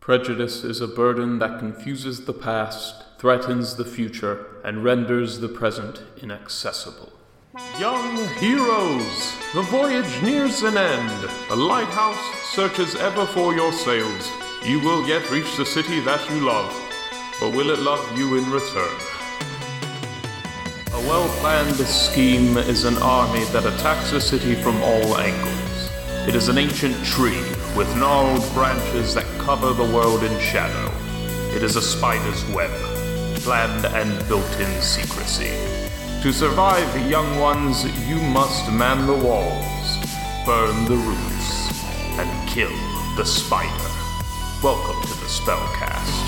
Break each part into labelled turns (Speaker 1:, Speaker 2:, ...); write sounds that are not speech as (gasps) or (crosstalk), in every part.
Speaker 1: Prejudice is a burden that confuses the past, threatens the future, and renders the present inaccessible.
Speaker 2: Young heroes, the voyage nears an end. The lighthouse searches ever for your sails. You will yet reach the city that you love, but will it love you in return?
Speaker 1: A well planned scheme is an army that attacks a city from all angles. It is an ancient tree with gnarled branches that cover the world in shadow. It is a spider's web, planned and built in secrecy. To survive, young ones, you must man the walls, burn the roofs, and kill the spider. Welcome to the Spellcast.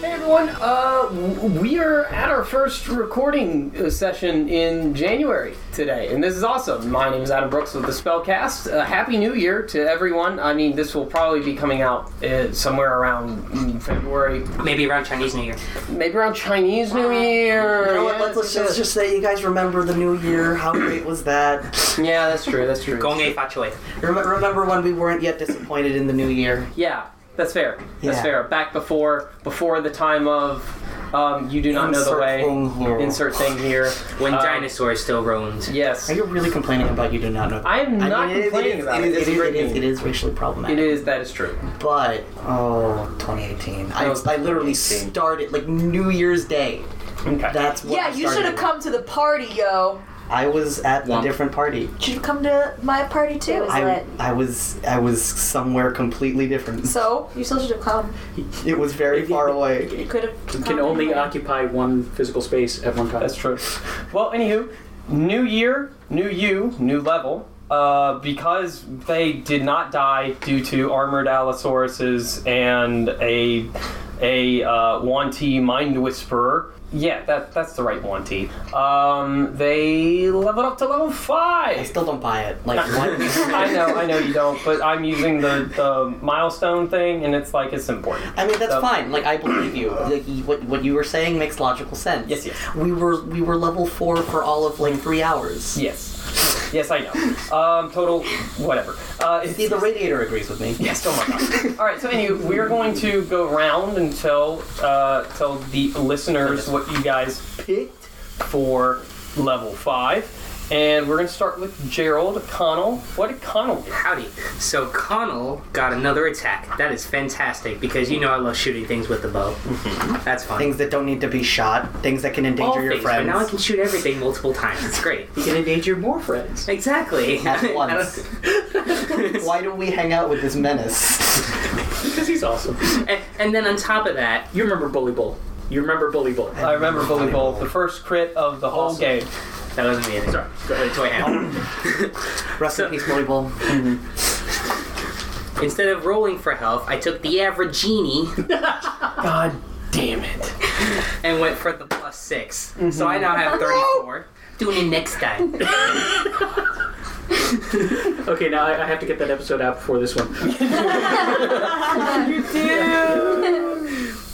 Speaker 3: Hey everyone, uh, w- we are at our first recording uh, session in January today, and this is awesome. My name is Adam Brooks with the Spellcast. Uh, Happy New Year to everyone. I mean, this will probably be coming out uh, somewhere around mm, February,
Speaker 4: Maybe around Chinese New Year.
Speaker 3: maybe around Chinese New Year.
Speaker 5: You know what,
Speaker 3: Yeah,
Speaker 5: Oh, let's, let's just, just say you guys remember the new year. How great was that?
Speaker 3: yeah, that's true. That's true.
Speaker 4: Gongei Fa Chui.
Speaker 5: Rem- remember when we weren't yet disappointed in the new year?
Speaker 3: Yeah, that's fair. That's
Speaker 5: Yeah.
Speaker 3: fair. Back before before the time of um, you do not know the
Speaker 5: Insert
Speaker 3: way.
Speaker 5: thing here.
Speaker 3: Insert thing here.
Speaker 4: When
Speaker 3: Um,
Speaker 4: dinosaurs still roamed.
Speaker 3: Yes.
Speaker 5: Are you really complaining about you do not know?
Speaker 3: I am
Speaker 5: mean,
Speaker 3: not
Speaker 5: it is-
Speaker 3: complaining
Speaker 5: it is,
Speaker 3: about
Speaker 5: It
Speaker 3: it.
Speaker 5: is,
Speaker 3: It's a
Speaker 5: it is,
Speaker 3: great
Speaker 5: it is-
Speaker 3: game.
Speaker 5: it is racially problematic.
Speaker 3: It is. That is true.
Speaker 5: But oh, 2018. I,
Speaker 3: Oh,
Speaker 5: I
Speaker 3: 2018.
Speaker 5: literally started like New Year's Day.
Speaker 3: Okay.
Speaker 5: That's what I
Speaker 6: Yeah, you should
Speaker 5: started.
Speaker 6: have come to the party, yo.
Speaker 5: I was at
Speaker 4: Womp.
Speaker 5: a different party.
Speaker 6: Should have come to my party too. Is
Speaker 5: I,
Speaker 6: it?
Speaker 5: I was I was somewhere completely different.
Speaker 6: So you still should have come.
Speaker 5: it was very
Speaker 6: (laughs)
Speaker 5: far away.
Speaker 6: You could have.
Speaker 7: can only occupy one physical space at one time.
Speaker 3: That's true. Well, anywho, new year, new you, new level. Uh, because they did not die due to armored Allosauruses and a a uh, Wanty Mind Whisperer. Yeah, that that's the right Wanty. Um, they leveled up to level
Speaker 5: I
Speaker 3: five.
Speaker 5: still don't buy it. Like
Speaker 3: (laughs)
Speaker 5: what?
Speaker 3: I know, I know you don't, but I'm using the, the milestone thing, and it's like it's important.
Speaker 5: I mean that's
Speaker 3: So-
Speaker 5: fine. Like I
Speaker 3: (coughs)
Speaker 5: believe you. Like you- what what you were saying makes logical sense.
Speaker 3: Yes, yes.
Speaker 5: We were we were level four for all of like three hours.
Speaker 3: Yes, yes, I know. Um, total, whatever. Uh, it's,
Speaker 5: See, the radiator agrees with me.
Speaker 3: Yes, oh my god. All right, so anyway, we're going to go round and tell uh, tell the listeners what you guys picked for level five, and we're going to start with Gerald Connell. What did Connell get?
Speaker 4: Howdy. So Connell got another attack. That is fantastic because you know I love shooting things with the bow. That's fun.
Speaker 5: Things that don't need to be shot. Things that can endanger
Speaker 4: All
Speaker 5: your
Speaker 4: things,
Speaker 5: friends.
Speaker 4: But now I can shoot everything multiple times. It's great.
Speaker 7: You can endanger more friends.
Speaker 4: Exactly. (laughs)
Speaker 5: At once. Why do we hang out with this menace?
Speaker 7: Because he's awesome.
Speaker 4: and, and then on top of that,
Speaker 7: You remember Bully Bull. You remember Bully Bull.
Speaker 3: I remember Bully Bowl, the first crit of the whole
Speaker 7: Awesome.
Speaker 3: game.
Speaker 4: that wasn't me. Sorry. Wait, toy hand.
Speaker 5: Rest in peace, Molly Bull.
Speaker 4: Instead of rolling for health, I took the average genie
Speaker 3: God damn it!
Speaker 4: and went for the plus 6 So I now have 34. Doing it next time.
Speaker 7: Okay, now I, I have to get that episode out before this one.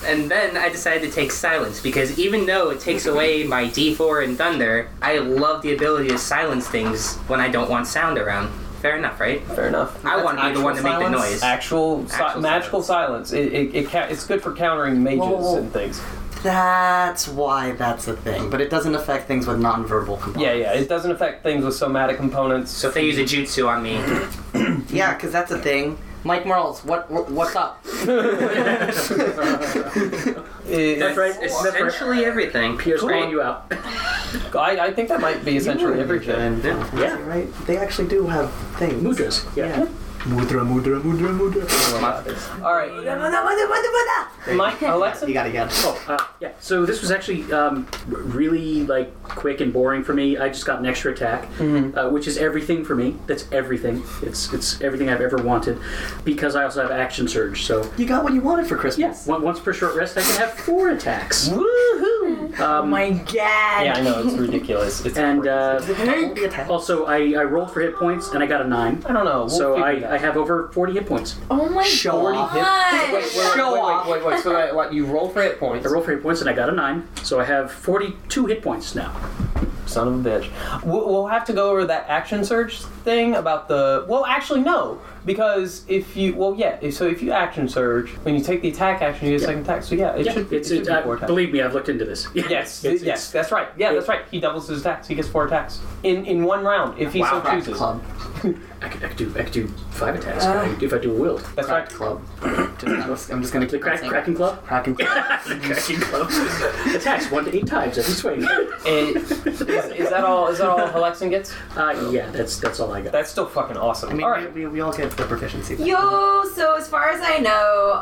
Speaker 4: And then I decided to take silence because even though it takes away my D4 and thunder, I love the ability to silence things when I don't want sound around. Fair enough, right?
Speaker 3: Fair enough.
Speaker 4: I want to be the one to make the
Speaker 5: silence?
Speaker 4: noise.
Speaker 3: Actual, si-
Speaker 4: Actual
Speaker 3: magical silence. It, it, it ca- it's good for countering mages
Speaker 5: Whoa, whoa, whoa.
Speaker 3: and things.
Speaker 5: That's why that's a thing. But it doesn't affect things with nonverbal components.
Speaker 3: Yeah, yeah. It doesn't affect things with somatic components.
Speaker 4: So if they use a jutsu on me,
Speaker 5: Yeah, because that's a thing. Mike Merles, what, what what's up?
Speaker 3: It-
Speaker 4: that's
Speaker 7: right, it's never-
Speaker 4: essentially everything.
Speaker 7: Pierce
Speaker 4: Right?
Speaker 7: calling you out.
Speaker 3: I, I think that might be essentially everything.
Speaker 7: Yeah.
Speaker 5: Right? They actually do have things.
Speaker 7: Mudras. Yeah.
Speaker 5: Mudra, mudra, mudra, mudra.
Speaker 3: All right, Mike,
Speaker 5: You
Speaker 3: Alexa.
Speaker 5: got it again.
Speaker 7: Uh, yeah. So this was actually um, r- really like quick and boring for me. I just got an extra attack, uh, which is everything for me. That's everything. It's it's everything I've ever wanted, because I also have action surge. So
Speaker 5: You got what you wanted for Christmas.
Speaker 7: Yes. Once per short rest, I can have four attacks.
Speaker 3: Woohoo!
Speaker 6: oh my god.
Speaker 3: Yeah, I know it's ridiculous. It's
Speaker 7: And uh,
Speaker 5: Hank!
Speaker 7: also, I, I rolled for hit points and I got a nine.
Speaker 3: I don't know. We'll
Speaker 7: So
Speaker 3: figure it out.
Speaker 7: I, I have over 40 hit points.
Speaker 6: oh my
Speaker 5: Show off.
Speaker 8: Wait,
Speaker 6: god.
Speaker 8: wait, wait, wait, wait, wait. So that,
Speaker 3: uh,
Speaker 8: what, you roll for hit points.
Speaker 7: I rolled for hit points and I got a nine. So I have 42 hit points now.
Speaker 3: son of a bitch. We'll, we'll have to go over that action search thing about the. Well, actually, no, because if you, well, yeah. If, so if you action search, when you take the attack action, you get a second attack. So yeah, it should.
Speaker 7: it's,
Speaker 3: it should
Speaker 7: it,
Speaker 3: be
Speaker 7: uh,
Speaker 3: four attacks.
Speaker 7: believe me, I've looked into this.
Speaker 3: Yes, yes,
Speaker 7: It's- it's-
Speaker 3: that's right. Yeah, that's right. He doubles his attacks. He gets four attacks in in one round if he
Speaker 5: Wow,
Speaker 3: so
Speaker 5: crack
Speaker 3: chooses.
Speaker 5: club.
Speaker 7: I could, I could do I could do five attacks if I- if I do a wield.
Speaker 3: Uh. That's right.
Speaker 5: Crack club. I'm just, I'm just gonna
Speaker 7: The
Speaker 5: keep
Speaker 7: crack,
Speaker 5: saying
Speaker 7: cracking club.
Speaker 3: (laughs)
Speaker 5: Kraken club.
Speaker 7: cracking club. attacks one to eight times every swing.
Speaker 3: And (laughs) is, is that all? Is that
Speaker 5: (laughs)
Speaker 3: all Helexin gets?
Speaker 7: Uh, yeah, that's that's all I got.
Speaker 3: That's still fucking awesome.
Speaker 5: I mean,
Speaker 3: all right.
Speaker 5: we, we, we all get the proficiency. back.
Speaker 6: Yo, so as far as I know,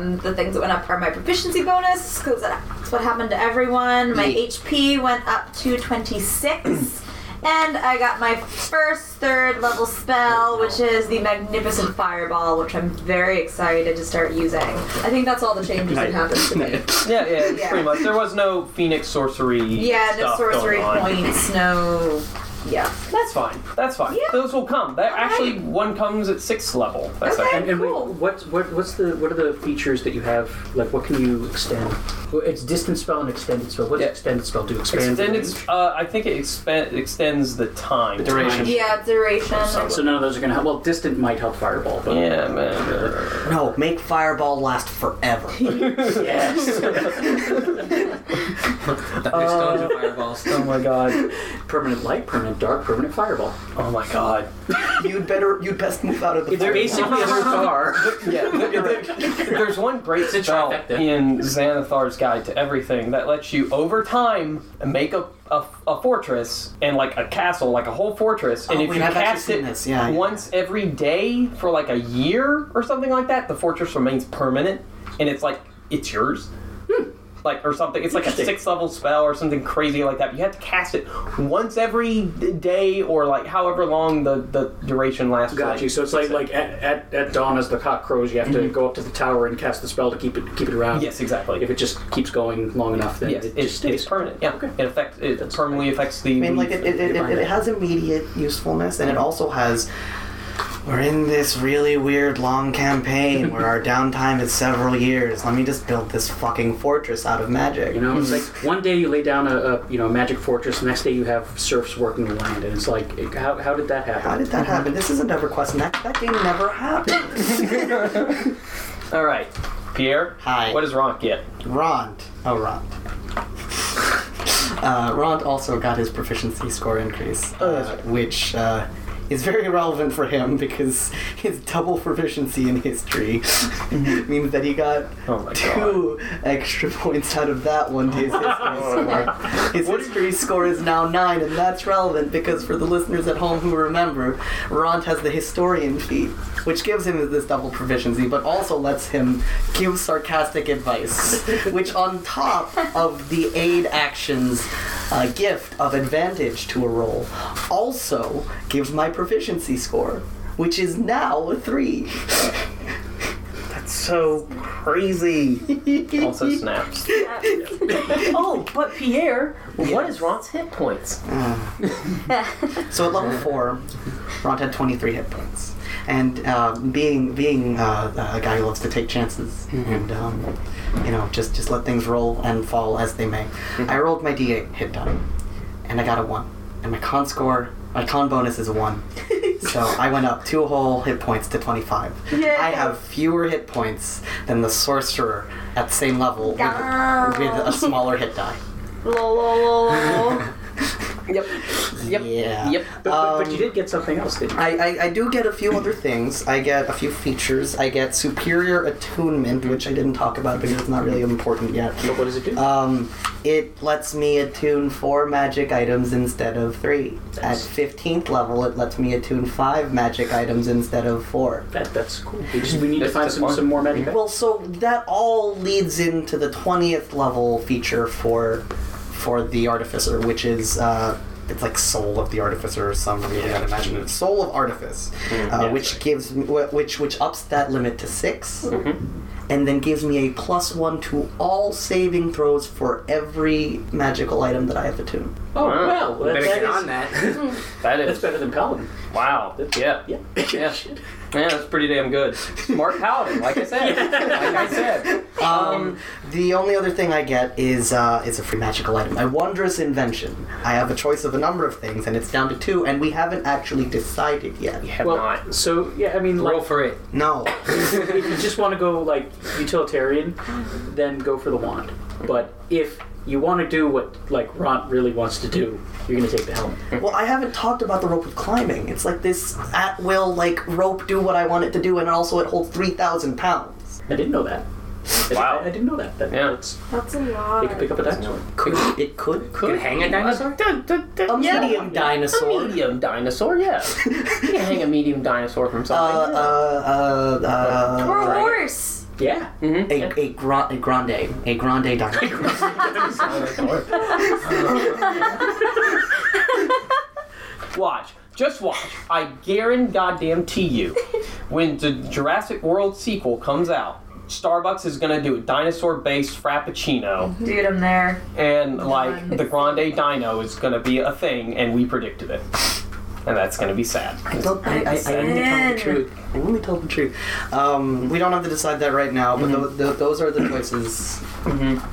Speaker 6: um, the things that went up are my proficiency bonus, because that's what happened to everyone. My HP went up to
Speaker 3: (clears throat)
Speaker 6: 26. And I got my first third level spell, which is the Magnificent Fireball, which I'm very excited to start using. I think that's all the changes that happened
Speaker 3: (laughs)
Speaker 6: to me.
Speaker 3: Yeah, yeah, it's
Speaker 6: (laughs) Yeah.
Speaker 3: pretty much. There was no phoenix sorcery.
Speaker 6: Yeah, no
Speaker 3: stuff
Speaker 6: sorcery
Speaker 3: going on.
Speaker 6: points, no. Yeah.
Speaker 3: That's fine. That's fine.
Speaker 6: Yeah.
Speaker 3: Those will come. That actually
Speaker 6: Alright.
Speaker 3: one comes at sixth level. That's
Speaker 6: Okay.
Speaker 3: okay.
Speaker 7: and and wait,
Speaker 6: cool.
Speaker 7: what what what's the what are the features that you have? Like, what can you extend? Well, It's distance spell and extended spell. What does
Speaker 3: Yeah.
Speaker 7: extended spell do? Expand the
Speaker 3: Extended.
Speaker 7: range?
Speaker 3: Uh, I think it expen- extends the time. The
Speaker 7: duration.
Speaker 6: Yeah, duration.
Speaker 7: So none of those are gonna help. Well, distant might help fireball, but
Speaker 3: Yeah, man.
Speaker 5: No, make fireball last
Speaker 7: (laughs)
Speaker 5: forever.
Speaker 7: yes,
Speaker 4: Stones and fireballs.
Speaker 3: Oh my god.
Speaker 7: (laughs) permanent light, permanent dark, permanent fireball.
Speaker 3: Oh my god.
Speaker 5: you'd better, you'd best move out of the.
Speaker 7: They're basically a star.
Speaker 5: (laughs)
Speaker 3: Yeah, (laughs) th- th- th- there's one great
Speaker 4: a
Speaker 3: spell
Speaker 4: trifecta.
Speaker 3: in Xanathar's Guide to Everything that lets you, over time, make a, a, a fortress and like a castle, like a whole fortress. And
Speaker 5: Oh,
Speaker 3: if
Speaker 5: wait,
Speaker 3: you
Speaker 5: I've actually
Speaker 3: cast
Speaker 5: seen
Speaker 3: it
Speaker 5: this, yeah, yeah.
Speaker 3: once every day for like a year or something like that, the fortress remains permanent and it's like, it's yours. Like or something. It's like a
Speaker 7: Interesting.
Speaker 3: six level spell or something crazy like that. You have to cast it once every d- day or like however long the, the duration lasts. for,
Speaker 7: Got
Speaker 3: like,
Speaker 7: you. So it's like like at, at, at dawn as the cock crows, you have to go up to the tower and cast the spell to keep it keep it around.
Speaker 3: Mm-hmm. Yes, exactly.
Speaker 7: If it just keeps going long enough, then
Speaker 3: Yeah,
Speaker 7: it
Speaker 3: it's,
Speaker 7: just stays
Speaker 3: it's permanent. Yeah, it affects it permanently affects the.
Speaker 5: I mean, like it, it, it, it, it has immediate usefulness, and it also has. We're in this really weird long campaign where our downtime is several years. Let me just build this fucking fortress out of magic.
Speaker 7: You know, it's
Speaker 3: Mm-hmm.
Speaker 7: like one day you lay down a, a you know magic fortress, the next day you have serfs working the land, and it's like it- how, how did that happen?
Speaker 5: How did that happen? This isn't EverQuest, and that, that game never happened.
Speaker 3: All right, Pierre.
Speaker 5: Hi.
Speaker 3: What does Ronk get?
Speaker 5: Rond. Oh, Rond. Uh, Rond also got his proficiency score increase, uh, which uh, is very relevant for him because his double proficiency in history (laughs) means that he got
Speaker 3: Oh my
Speaker 5: two extra (laughs) points out of that one to his history score. His history score is now nine, and that's relevant because for the listeners at home who remember, Rond has the historian feat, which gives him this double proficiency, but also lets him give sarcastic advice, which on top of the aid actions uh, gift of advantage to a roll, also gives my proficiency score. Which is now a three. (laughs)
Speaker 3: So crazy. also snaps. (laughs) oh, but Pierre, what is Ronk's hit points?
Speaker 5: So at level four, Rond had 23 hit points. And uh, being being uh, a guy who loves to take chances
Speaker 3: Mm-hmm.
Speaker 5: and um, you know just just let things roll and fall as they may,
Speaker 3: Mm-hmm.
Speaker 5: I rolled my d8 hit die, and I got a one, and my con score. My con bonus is
Speaker 3: (laughs)
Speaker 5: a one, so I went up two whole hit points to twenty-five. I have fewer hit points than the sorcerer at the same level with,
Speaker 6: Darn.
Speaker 5: with a smaller hit die.
Speaker 6: Lol, lol,
Speaker 3: (laughs)
Speaker 6: lol.
Speaker 3: Yep. Yep.
Speaker 5: Yeah.
Speaker 3: Yep.
Speaker 7: (laughs) But, but,
Speaker 3: Um,
Speaker 7: but you did get something else, didn't you?
Speaker 5: I, I, I do get a few other things. I get a few features. I get superior attunement, which I didn't talk about because it's not really important yet.
Speaker 7: But what does it do?
Speaker 5: Um, it lets me attune four magic items instead of three.
Speaker 7: Nice.
Speaker 5: At 15th level, it lets me attune five magic items instead of four.
Speaker 7: that, that's cool. We, just, we need to
Speaker 4: That's
Speaker 7: find
Speaker 4: the
Speaker 7: some,
Speaker 4: point.
Speaker 7: some more magic.
Speaker 5: Well, so that all leads into the 20th level feature for for the artificer, which is uh, it's like soul of the artificer or some really unimaginative soul of artifice, uh, which gives gives wh- which which ups that limit to 6 and then gives me a plus one to all saving throws for every magical item that I have attuned.
Speaker 7: Oh, well, that,
Speaker 4: Better
Speaker 7: that
Speaker 4: get (laughs)
Speaker 7: is,
Speaker 4: on that.
Speaker 3: That
Speaker 7: that's
Speaker 3: is
Speaker 7: better than Paladin.
Speaker 3: wow. Yeah,
Speaker 4: (laughs)
Speaker 7: Yeah.
Speaker 3: yeah, yeah. That's pretty damn good. Smart paladin, like I said. (laughs) Like I said.
Speaker 5: Um, the only other thing I get is uh, it's a free magical item, my wondrous invention. I have a choice of a number of things, and it's down to two, and we haven't actually decided yet.
Speaker 3: Have
Speaker 7: (laughs) well,
Speaker 3: not.
Speaker 7: so yeah, I mean,
Speaker 4: Roll
Speaker 7: like,
Speaker 4: for it.
Speaker 5: No,
Speaker 7: if you just want to go like utilitarian, then go for the wand. But if you want to do what like Ront really wants to do, you're gonna take the helmet.
Speaker 5: well, I haven't talked about the rope of climbing. It's like this at will like rope, do what I want it to do, and also it holds three thousand pounds.
Speaker 7: I didn't know that. I-
Speaker 3: Wow.
Speaker 7: I, didn't know that. that
Speaker 3: Yeah.
Speaker 7: that's-
Speaker 6: That's a
Speaker 7: they could
Speaker 6: lot.
Speaker 7: pick up a dinosaur.
Speaker 5: Could it could
Speaker 4: You
Speaker 5: could
Speaker 4: can hang a dinosaur?
Speaker 5: a medium dinosaur?
Speaker 9: A medium dinosaur,
Speaker 3: (laughs)
Speaker 9: yeah. you can hang a medium dinosaur from
Speaker 5: Uh,
Speaker 9: something.
Speaker 5: uh, uh, uh,
Speaker 6: Or a horse.
Speaker 7: Yeah.
Speaker 5: a, a, gra- a grande, a
Speaker 4: (laughs)
Speaker 5: grande dinosaur.
Speaker 3: Watch. Just watch. I guarantee goddamn to you, when the Jurassic World sequel comes out, Starbucks is gonna do a dinosaur-based frappuccino,
Speaker 6: Dude, I'm there.
Speaker 3: and like the Grande Dino is gonna be a thing, and we predicted it, and that's gonna be sad.
Speaker 5: I, told, I, I, I only told the truth. I only told the truth. Um, we don't have to decide that right now, but tho- tho- those are the choices.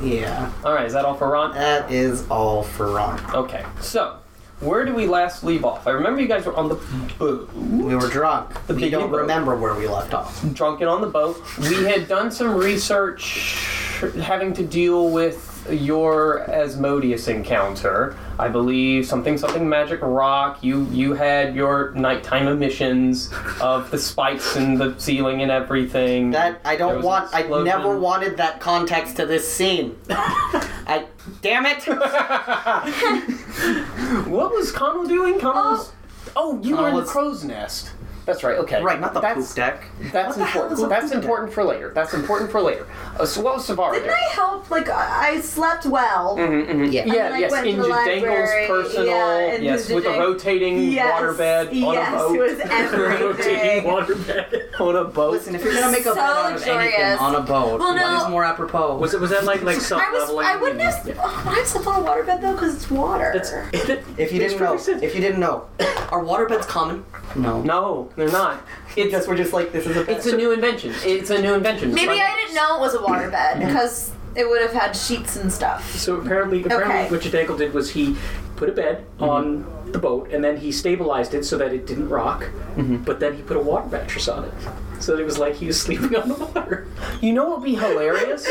Speaker 5: Yeah,
Speaker 3: All right, is that all for Ron?
Speaker 5: that is all for Ron.
Speaker 3: Okay. So, where did we last leave off? I remember you guys were on the boat,
Speaker 5: We were drunk. We
Speaker 3: big
Speaker 5: don't
Speaker 3: boat.
Speaker 5: remember where we left off.
Speaker 3: drunken on the boat. We had done some research having to deal with your Asmodeus encounter. I believe something something magic rock. You you had your nighttime emissions of the spikes in the ceiling and everything.
Speaker 5: That I
Speaker 3: There
Speaker 5: don't
Speaker 3: was an
Speaker 5: want. I never
Speaker 3: explosion.
Speaker 5: wanted that context to this scene. I damn it.
Speaker 3: What was Connell doing? Connell was. Oh, you were in the
Speaker 5: Connell's-
Speaker 3: crow's nest.
Speaker 9: That's right, okay.
Speaker 5: Right, not the
Speaker 9: That's,
Speaker 5: poop deck.
Speaker 9: That's
Speaker 5: What the hell
Speaker 9: important.
Speaker 5: is a
Speaker 9: that's
Speaker 5: poop
Speaker 9: important for later. That's important for later. Uh, so what was Savara
Speaker 6: Didn't
Speaker 9: doing?
Speaker 6: I help? Like, I I slept well.
Speaker 3: Mm-hmm.
Speaker 9: Yeah,
Speaker 6: like,
Speaker 9: yes.
Speaker 6: went-
Speaker 3: In
Speaker 6: The
Speaker 3: Jadangle's
Speaker 6: library,
Speaker 3: personal,
Speaker 6: yeah, and
Speaker 3: yes,
Speaker 6: the
Speaker 3: with a
Speaker 6: Jadang-
Speaker 3: rotating
Speaker 6: Yes.
Speaker 3: waterbed on
Speaker 6: yes,
Speaker 3: a boat,
Speaker 6: (laughs) it was
Speaker 7: (laughs) Rotating
Speaker 6: everything.
Speaker 7: waterbed.
Speaker 3: on a boat.
Speaker 5: Listen, if you're gonna make a
Speaker 6: So
Speaker 5: boat out of anything
Speaker 6: luxurious.
Speaker 5: on a boat,
Speaker 6: Well,
Speaker 5: what
Speaker 6: no.
Speaker 5: is more apropos?
Speaker 7: Was it was that like like self
Speaker 6: I was.
Speaker 7: leveling?
Speaker 6: I wouldn't
Speaker 7: (laughs)
Speaker 6: have. Oh, would I have slept on a waterbed though? Because it's water.
Speaker 5: if you didn't know,
Speaker 7: perfect sense.
Speaker 5: if you didn't know, are waterbeds common? No.
Speaker 3: no, they're not. It's
Speaker 5: Yes, we're just like this is a.
Speaker 3: It's a new invention. It's a new invention.
Speaker 6: Maybe
Speaker 3: Like-
Speaker 6: I didn't know it was a waterbed because it would have had sheets and stuff.
Speaker 7: So apparently, apparently,
Speaker 6: Okay.
Speaker 7: what Jadankle did was he put a bed on the boat, and then he stabilized it so that it didn't rock. But then he put a water mattress on it, so that it was like he was sleeping on the water.
Speaker 3: You know what would be hilarious?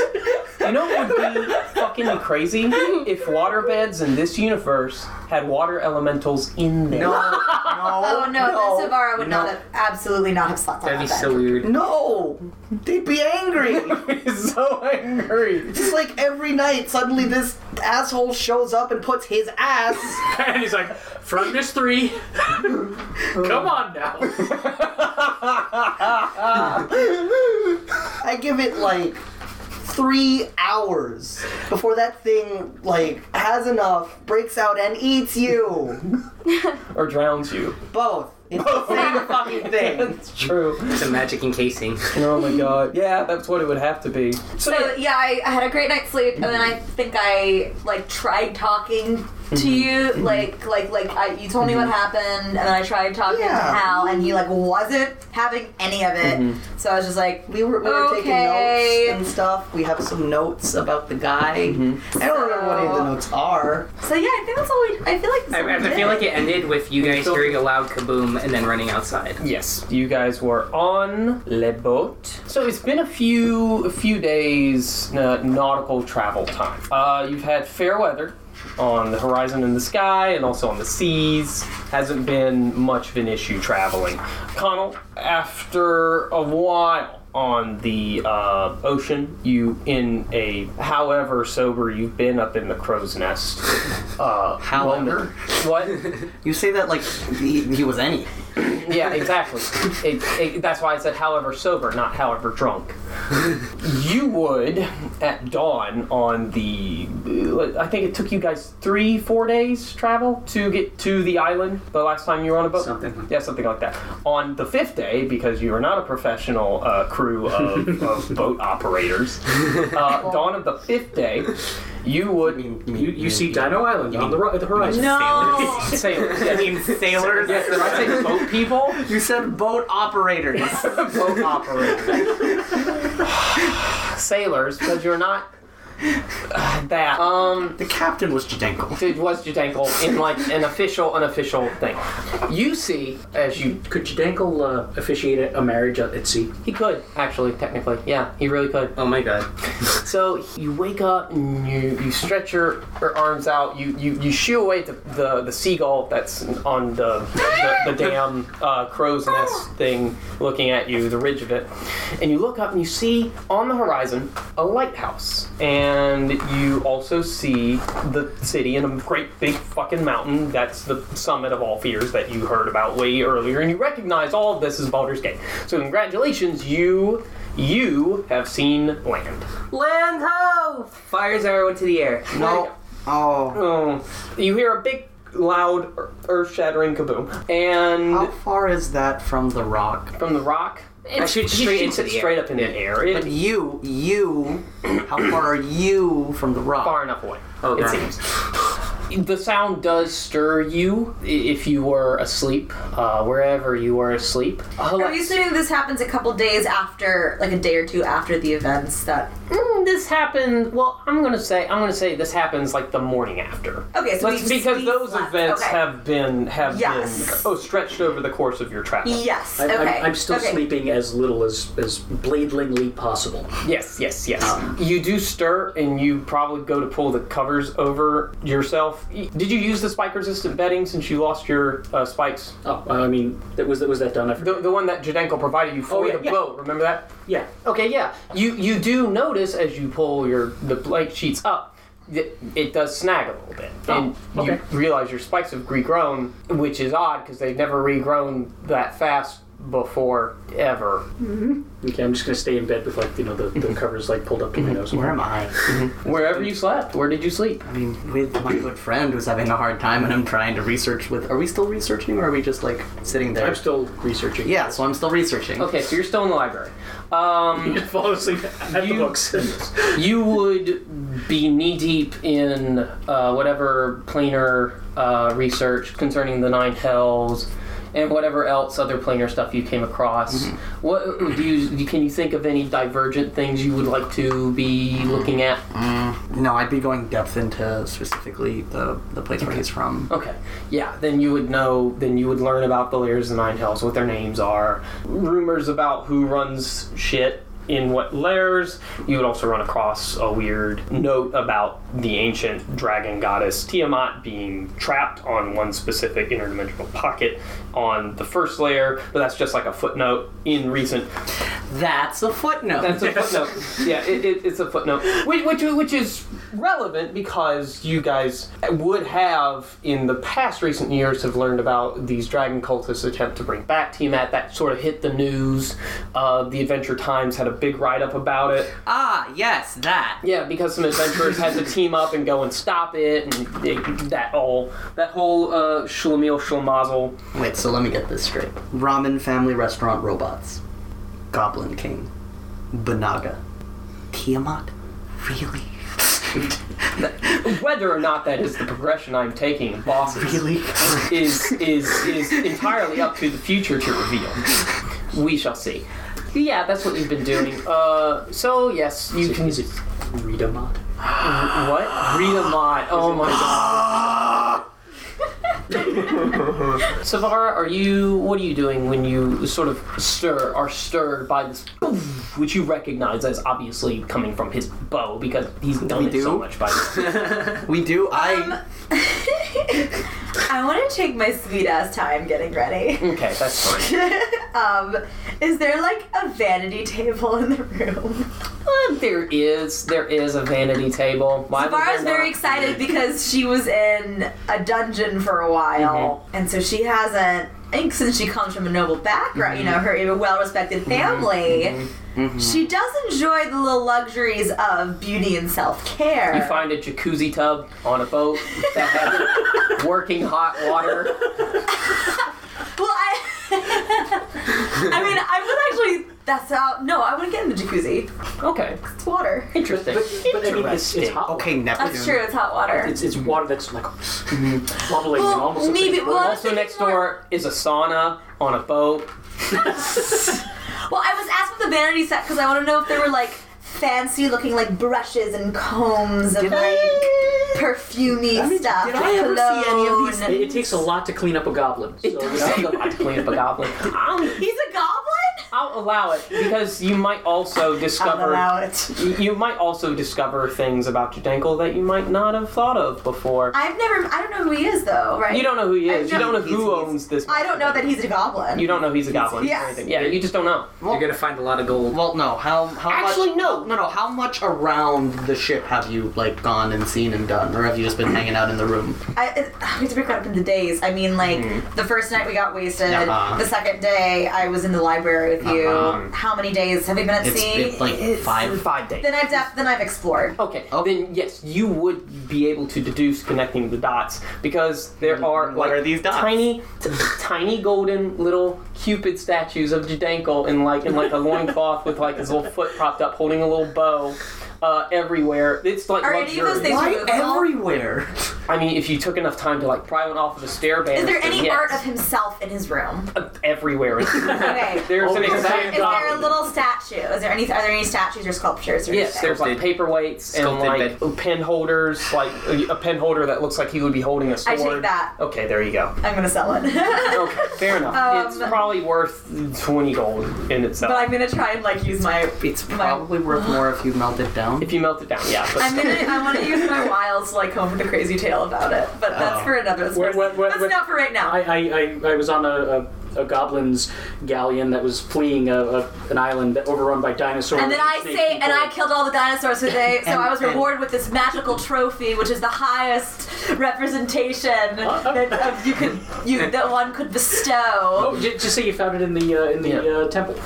Speaker 3: you know what would be fucking
Speaker 6: (laughs)
Speaker 3: crazy? If waterbeds in this universe had water elementals in them.
Speaker 5: No, no,
Speaker 6: (laughs) Oh no,
Speaker 5: no,
Speaker 6: then Savara would not
Speaker 5: no.
Speaker 6: have absolutely not have slept on
Speaker 4: That'd be
Speaker 6: that
Speaker 4: so
Speaker 6: bed.
Speaker 4: weird.
Speaker 5: No, they'd be angry.
Speaker 3: (laughs)
Speaker 6: (laughs)
Speaker 3: He's so angry.
Speaker 5: it's like every night suddenly this asshole shows up and puts his ass.
Speaker 7: (laughs) and he's like, "Frontness three, (laughs) come on now."
Speaker 5: I give it like three hours before that thing like has enough, breaks out and eats you.
Speaker 3: Or drowns you.
Speaker 5: Both. It's the same fucking
Speaker 6: (laughs)
Speaker 5: thing.
Speaker 3: That's true.
Speaker 4: It's a magic encasing.
Speaker 3: Oh my god. Yeah, that's what it would have to be.
Speaker 6: So yeah, I, I had a great night's sleep, and then I think I like tried talking
Speaker 7: Mm-hmm.
Speaker 6: to you, like like like I, you told me what happened, and then I tried talking
Speaker 5: Yeah.
Speaker 6: to Hal, and he like wasn't having any of it.
Speaker 7: Mm-hmm.
Speaker 6: So I was just like,
Speaker 5: We were, we were
Speaker 6: Okay.
Speaker 5: taking notes and stuff. We have some notes about the guy. I don't remember what any of the notes are.
Speaker 6: so yeah, I think that's all we. I feel like
Speaker 4: I,
Speaker 6: that's all we
Speaker 4: I
Speaker 6: did.
Speaker 4: feel like it ended with you guys hearing a loud kaboom and then running outside.
Speaker 3: Yes, you guys were on Le Boat. So it's been a few a few days uh, nautical travel time. Uh, you've had fair weather on the horizon in the sky and also on the seas. Hasn't been much of an issue traveling. Connell, after a while on the uh, ocean, you in a however sober you've been up in the crow's nest. Uh,
Speaker 5: However?
Speaker 3: moment- what?
Speaker 5: You say that like he, he was any.
Speaker 3: Yeah, exactly. It, it, that's why I said, however sober, not however drunk. you would, at dawn on the, I think it took you guys three, four days travel to get to the island the last time you were on a boat.
Speaker 7: Something like
Speaker 3: Yeah, something like that. On the fifth day, because you are not a professional uh, crew of, of
Speaker 7: (laughs)
Speaker 3: boat operators, uh, dawn of the fifth day, you would
Speaker 7: (laughs) You, you see Dino Island on the, ro- at the horizon.
Speaker 6: No. (laughs)
Speaker 3: sailors. yes.
Speaker 4: mean, sailors.
Speaker 3: Did I say boat people?
Speaker 5: You said boat
Speaker 3: (laughs)
Speaker 5: operators.
Speaker 3: boat operators. Sailors, because you're not uh, that. Um,
Speaker 10: The captain was Jadenko.
Speaker 3: it was Jadenko in like an official, unofficial thing. You see, as you
Speaker 7: Could Jadankel uh, officiate a- a marriage at at sea?
Speaker 3: he could actually, technically, yeah, he really could.
Speaker 4: Oh my god.
Speaker 3: (laughs) So you wake up and you, you stretch your, your arms out. You, you, you shoo away the, the, the seagull that's on the, the, the damn uh, crow's nest thing looking at you, the ridge of it. And you look up and you see on the horizon a lighthouse. And you also see the city and a great big fucking mountain. That's the summit of all fears that you heard about way earlier. And you recognize all of this as Baldur's Gate. So congratulations, you. You have seen land.
Speaker 4: Land ho! Fires everyone to the air.
Speaker 5: no. Oh.
Speaker 3: Oh, you hear a big, loud, earth shattering kaboom. And
Speaker 5: How far is that from the rock?
Speaker 3: from the rock,
Speaker 4: I shoot straight into the
Speaker 3: straight
Speaker 4: air.
Speaker 3: up in the air. It-
Speaker 5: But you, you, how
Speaker 3: (coughs)
Speaker 5: far are you from the rock?
Speaker 3: far enough away,
Speaker 5: Okay.
Speaker 3: it seems. The sound does stir you i- if you were asleep, uh, wherever you were asleep. Uh,
Speaker 6: Are we assuming this happens a couple days after, like a day or two after the events that.
Speaker 3: mm, this happened. Well, I'm gonna say I'm gonna say this happens like the morning after.
Speaker 6: Okay, so
Speaker 3: Let's-
Speaker 6: we-
Speaker 3: because
Speaker 6: we
Speaker 3: those
Speaker 6: slept.
Speaker 3: events
Speaker 6: Okay.
Speaker 3: have been have
Speaker 6: Yes.
Speaker 3: been oh stretched over the course of your travel.
Speaker 6: Yes.
Speaker 7: I,
Speaker 6: okay.
Speaker 7: I'm, I'm still
Speaker 6: okay.
Speaker 7: sleeping as little as as bladingly possible.
Speaker 3: Yes, yes, yes. you do stir, and you probably go to pull the covers over yourself. Y- Did you use the spike-resistant bedding since you lost your uh, spikes?
Speaker 7: Oh, I mean, that was that was that done? I forgot.
Speaker 3: The, the one that Jadenko provided you for
Speaker 7: Oh, yeah,
Speaker 3: the
Speaker 7: yeah.
Speaker 3: boat. Remember that?
Speaker 7: Yeah,
Speaker 3: Okay, yeah. You you do notice as you pull your the blank sheets up, that it does snag a little bit, and
Speaker 7: Oh, okay.
Speaker 3: you realize your spikes have regrown, which is odd because they've never regrown that fast before ever.
Speaker 7: Hmm. Okay, I'm just gonna stay in bed with like you know the,
Speaker 6: (laughs)
Speaker 7: the covers like pulled up to my nose. Mhm.
Speaker 5: Where am I? Mm-hmm.
Speaker 3: Wherever you slept, where did you sleep?
Speaker 5: I mean, with my good friend who's having a hard time, and I'm trying to research with. Are we still researching, or are we just like sitting there?
Speaker 7: I'm still researching.
Speaker 5: yeah, so I'm still researching.
Speaker 3: Okay, so you're still in the library. Um,
Speaker 7: fall asleep at the
Speaker 3: You-
Speaker 7: books.
Speaker 3: You would be knee deep in uh, whatever planar uh, research concerning the nine hells and whatever else other planar stuff you came across. What do you can you think of any divergent things you would like to be looking at?
Speaker 5: No, I'd be going depth into specifically the the place where he's from.
Speaker 3: Okay, yeah, then you would know. Then you would learn about the layers of the nine hells, what their names are, rumors about who runs shit in what layers. You would also run across a weird note about the ancient dragon goddess Tiamat being trapped on one specific interdimensional pocket on the first layer, but that's just like a footnote in recent
Speaker 5: That's a footnote.
Speaker 3: that's a footnote. Yeah, it, it, it's a footnote, which, which which is relevant because you guys would have in the past recent years have learned about these dragon cultists attempt to bring back Tiamat. That sort of hit the news. Uh, the Adventure Times had a big write up about it.
Speaker 5: ah, yes, that.
Speaker 3: Yeah, because some adventurers had to team up and go and stop it, and it, that all that whole uh, shlemiel shlemazel.
Speaker 5: Wait, so let me get this straight. Ramen Family Restaurant Robots. Goblin King. Banaga. Tiamat? Really? (laughs)
Speaker 3: Whether or not that is the progression I'm taking, in bosses.
Speaker 5: Really? (laughs)
Speaker 3: is is is entirely up to the future to reveal. We shall see. Yeah, that's what you've been doing. Uh, so yes, you can.
Speaker 7: Is it Rita Mod?
Speaker 3: What? Read a lot. Oh my
Speaker 5: (laughs)
Speaker 3: god. Savara, are you? What are you doing when you sort of stir, are stirred by this, poof, which you recognize as obviously coming from his bow because he's done
Speaker 5: We
Speaker 3: it so
Speaker 5: do?
Speaker 3: much by this.
Speaker 5: We do. I.
Speaker 6: Um, (laughs) I want to take my sweet ass time getting ready.
Speaker 3: Okay,
Speaker 5: (laughs)
Speaker 3: that's fine.
Speaker 6: um, is there like a vanity table in the room?
Speaker 3: Uh, there is there is a vanity table. Why would
Speaker 6: Savara's
Speaker 3: there
Speaker 6: very
Speaker 3: not?
Speaker 6: excited because she was in a dungeon for a while,
Speaker 3: Mm-hmm.
Speaker 6: and so she hasn't. I think since she comes from a noble background,
Speaker 3: Mm-hmm.
Speaker 6: you know, her well-respected family, she does enjoy the little luxuries of beauty and self-care.
Speaker 3: You find a jacuzzi tub on a boat that has working hot water.
Speaker 6: Well, I, (laughs) I mean, I would actually. That's how. No, I wouldn't get in the jacuzzi.
Speaker 3: Okay,
Speaker 6: It's water.
Speaker 3: interesting.
Speaker 7: But I mean, it's, it's hot.
Speaker 5: Okay, Neptune.
Speaker 6: That's true. It's hot water.
Speaker 7: It's, it's water that's like bubbling and
Speaker 6: well,
Speaker 7: almost.
Speaker 6: maybe. Well, I was
Speaker 3: also,
Speaker 6: thinking
Speaker 3: next
Speaker 6: more-
Speaker 3: door is a sauna on a boat.
Speaker 6: Well, I was asked with the vanity set because I want to know if there were like fancy looking like brushes and combs and like perfumey stuff.
Speaker 5: did I ever see any of these
Speaker 6: cologne.
Speaker 7: It, it takes a lot to clean up a goblin. So,
Speaker 3: It does take a lot to clean up a goblin. I'll,
Speaker 6: He's a goblin.
Speaker 3: I'll allow it because you might also
Speaker 5: I'll
Speaker 3: discover
Speaker 5: allow it.
Speaker 3: you you might also discover things about Jadenko that you might not have thought of before.
Speaker 6: I've never. I don't know who he is though. Right.
Speaker 3: You don't know who he
Speaker 6: I
Speaker 3: is. You
Speaker 6: know
Speaker 3: don't know who
Speaker 5: he's-
Speaker 3: owns this.
Speaker 6: I don't know that he's a goblin.
Speaker 3: You don't know he's a goblin
Speaker 6: yes.
Speaker 3: or anything. Yeah, you just don't know.
Speaker 4: You're gonna find a lot of gold.
Speaker 5: Well, no. How how
Speaker 3: Actually,
Speaker 5: much,
Speaker 3: no.
Speaker 5: no, no. How much around the ship have you like gone and seen and done, or have you just been hanging out in the room?
Speaker 6: I, it, (sighs) we have to be caught up in the days. I mean, like
Speaker 3: Hmm.
Speaker 6: the first night we got wasted.
Speaker 5: Uh-huh.
Speaker 6: The second day I was in the library with you.
Speaker 5: Uh-huh.
Speaker 6: How many days have we been at
Speaker 5: It's
Speaker 6: sea?
Speaker 5: been, like, five.
Speaker 3: Five days.
Speaker 6: Then I've def- then I've explored.
Speaker 3: Okay, then yes, you would be able to deduce connecting the dots because there are
Speaker 5: what
Speaker 3: like
Speaker 5: are these dots?
Speaker 3: tiny, t- tiny golden little cupid statues of Jadenko in like in like a loincloth with like his little foot propped up, holding a little bow. Uh, everywhere it's like
Speaker 6: Are any of
Speaker 3: luxury.
Speaker 6: those things-
Speaker 5: Why
Speaker 6: Is it all-
Speaker 5: everywhere? (laughs)
Speaker 3: I mean, if you took enough time to like pry one off of a stair banister,
Speaker 6: Is there any
Speaker 3: yes. uh,
Speaker 6: art of himself in
Speaker 3: (laughs)
Speaker 6: his room? (laughs)
Speaker 3: everywhere?
Speaker 6: Oh, Okay.
Speaker 3: There's an
Speaker 7: Always the
Speaker 3: exact
Speaker 7: same
Speaker 6: Is there a little statue? Is there any? Are there any statues or sculptures? Or
Speaker 3: Yes,
Speaker 6: anything?
Speaker 3: there's like paperweights and like
Speaker 4: Sculpted
Speaker 3: pen holders, like a a pen holder that looks like he would be holding a
Speaker 6: I
Speaker 3: sword.
Speaker 6: take that.
Speaker 3: Okay, there you go.
Speaker 6: I'm gonna sell it. (laughs)
Speaker 3: Okay, fair enough.
Speaker 6: Um,
Speaker 3: it's probably worth twenty gold in itself
Speaker 6: but I'm gonna try and like use my.
Speaker 5: It's probably worth more if you melt it down.
Speaker 3: if you melt it down. Yeah, but
Speaker 6: I'm gonna. I want to use my wiles to like come up with a crazy tale about it. But that's
Speaker 5: Oh.
Speaker 6: for another. That's,
Speaker 7: What-
Speaker 6: for-
Speaker 7: what- what-
Speaker 6: that's
Speaker 7: what-
Speaker 6: not for right now.
Speaker 7: I, I, I, I was on a, a, a goblin's galleon that was fleeing a, a, an island that overrun by dinosaurs.
Speaker 6: and then I
Speaker 7: snake
Speaker 6: say,
Speaker 7: people.
Speaker 6: and I killed all the dinosaurs today, so
Speaker 5: And-
Speaker 6: I was
Speaker 5: and-
Speaker 6: rewarded with this magical trophy, which is the highest representation that uh, you could, you that one could bestow.
Speaker 7: Oh, just, just say you found it in the uh, in the
Speaker 3: Yeah.
Speaker 7: uh, temple.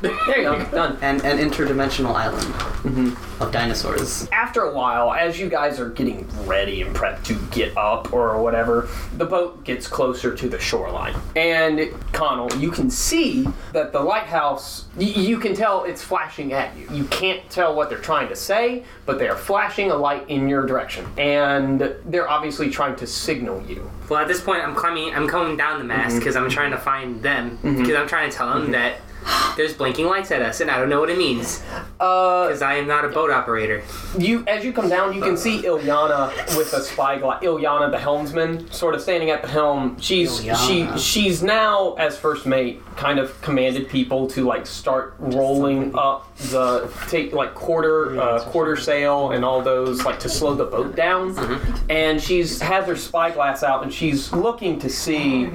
Speaker 3: there you go, done.
Speaker 5: And an interdimensional island of dinosaurs.
Speaker 3: After a while, as you guys are getting ready and prepped to get up or whatever, the boat gets closer to the shoreline. And Connell, you can see that the lighthouse, y- you can tell it's flashing at you. You can't tell what they're trying to say, but they are flashing a light in your direction. And they're obviously trying to signal you.
Speaker 4: Well, at this point, I'm climbing. I'm coming down the mast
Speaker 5: Mm-hmm.
Speaker 4: because I'm trying to find them because I'm trying to tell them that there's blinking lights at us, and I don't know what it means
Speaker 3: Uh,
Speaker 4: because I am not a boat operator.
Speaker 3: You, as you come down, you can see Ilyana with a spyglass. Ilyana, the helmsman, sort of standing at the helm. She's
Speaker 5: Ilyana.
Speaker 3: she she's now as first mate, kind of commanded people to like start rolling up the take like quarter uh, quarter sail and all those like to slow the boat down. And she's has her spyglass out and she's looking to see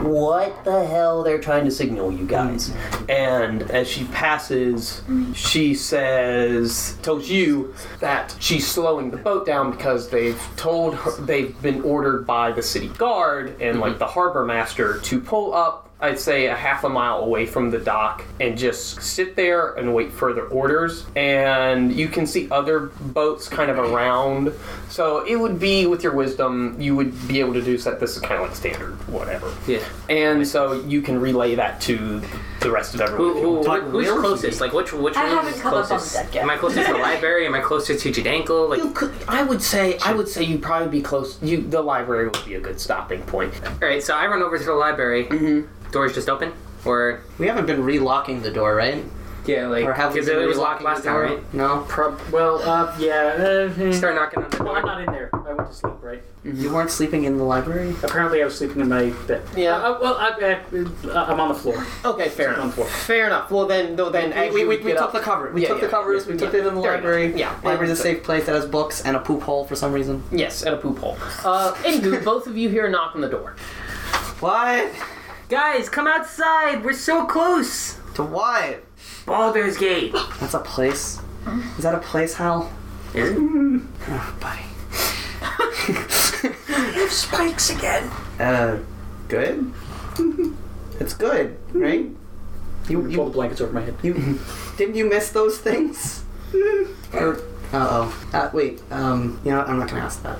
Speaker 3: what the hell they're trying to signal you guys. And as she passes, she says, tells you that she's slowing the boat down because they've told her, they've been ordered by the city guard and like the harbor master to pull up. I'd say a half a mile away from the dock and just sit there and wait further orders. And you can see other boats kind of around. So it would be with your wisdom, you would be able to deduce that this is kind of like standard, whatever.
Speaker 4: Yeah.
Speaker 3: And so you can relay that to the rest of everyone.
Speaker 4: Who, who,
Speaker 5: Talk
Speaker 4: wh- who's
Speaker 5: real
Speaker 4: closest? Like, which which
Speaker 6: I
Speaker 4: room
Speaker 6: haven't
Speaker 4: is
Speaker 6: come up on
Speaker 4: closest?
Speaker 6: that yet.
Speaker 4: Am I closest to the library? Am I closest to Jadanko? Like,
Speaker 3: You could, I would say, I would say you probably be close. You, the library would be a good stopping point.
Speaker 4: all right. So I run over to the library.
Speaker 5: Mm-hmm.
Speaker 4: Doors just open, or
Speaker 5: We haven't been relocking the door, right?
Speaker 4: yeah, like
Speaker 5: Or have we
Speaker 4: because
Speaker 5: been
Speaker 4: it was
Speaker 5: relocking
Speaker 4: locked last
Speaker 5: the
Speaker 4: time,
Speaker 5: door?
Speaker 4: right?
Speaker 5: No,
Speaker 7: Prob- well, uh, yeah. Uh, eh.
Speaker 4: Start knocking on the
Speaker 7: Well, I'm
Speaker 4: door.
Speaker 7: not in there. I went to sleep. Right.
Speaker 5: you weren't sleeping in the library.
Speaker 7: Apparently, I was sleeping in my bed.
Speaker 3: Yeah.
Speaker 7: Uh, well, I, I, uh, I'm on the floor.
Speaker 3: Okay, fair
Speaker 7: Second
Speaker 3: enough.
Speaker 7: floor.
Speaker 3: Fair enough. Well, then, no, then as
Speaker 5: we,
Speaker 3: you
Speaker 5: we,
Speaker 3: get
Speaker 5: we took
Speaker 3: up-
Speaker 5: the cover. We
Speaker 3: Yeah,
Speaker 5: took
Speaker 3: yeah,
Speaker 5: the covers.
Speaker 3: yeah,
Speaker 5: we took
Speaker 3: yeah.
Speaker 5: it in the
Speaker 3: Fair
Speaker 5: library.
Speaker 3: enough. Yeah,
Speaker 5: library's a
Speaker 3: and-
Speaker 5: safe place that has books and a poop hole for some reason.
Speaker 3: Yes, at a poop hole. Uh, anywho, (laughs) both of you hear a knock on the door.
Speaker 5: What?
Speaker 4: Guys, come outside. We're so close.
Speaker 5: To what?
Speaker 4: Baldur's Gate.
Speaker 5: That's a place. Is that a place, Hal?
Speaker 4: Is it?
Speaker 5: Oh, buddy.
Speaker 4: Spikes again.
Speaker 5: Uh, good. it's good, right? You,
Speaker 7: Pull the
Speaker 5: you,
Speaker 7: blankets over my head.
Speaker 5: you didn't you miss those things? (laughs) or, uh-oh. Uh, wait, um, you know what? I'm not gonna ask that.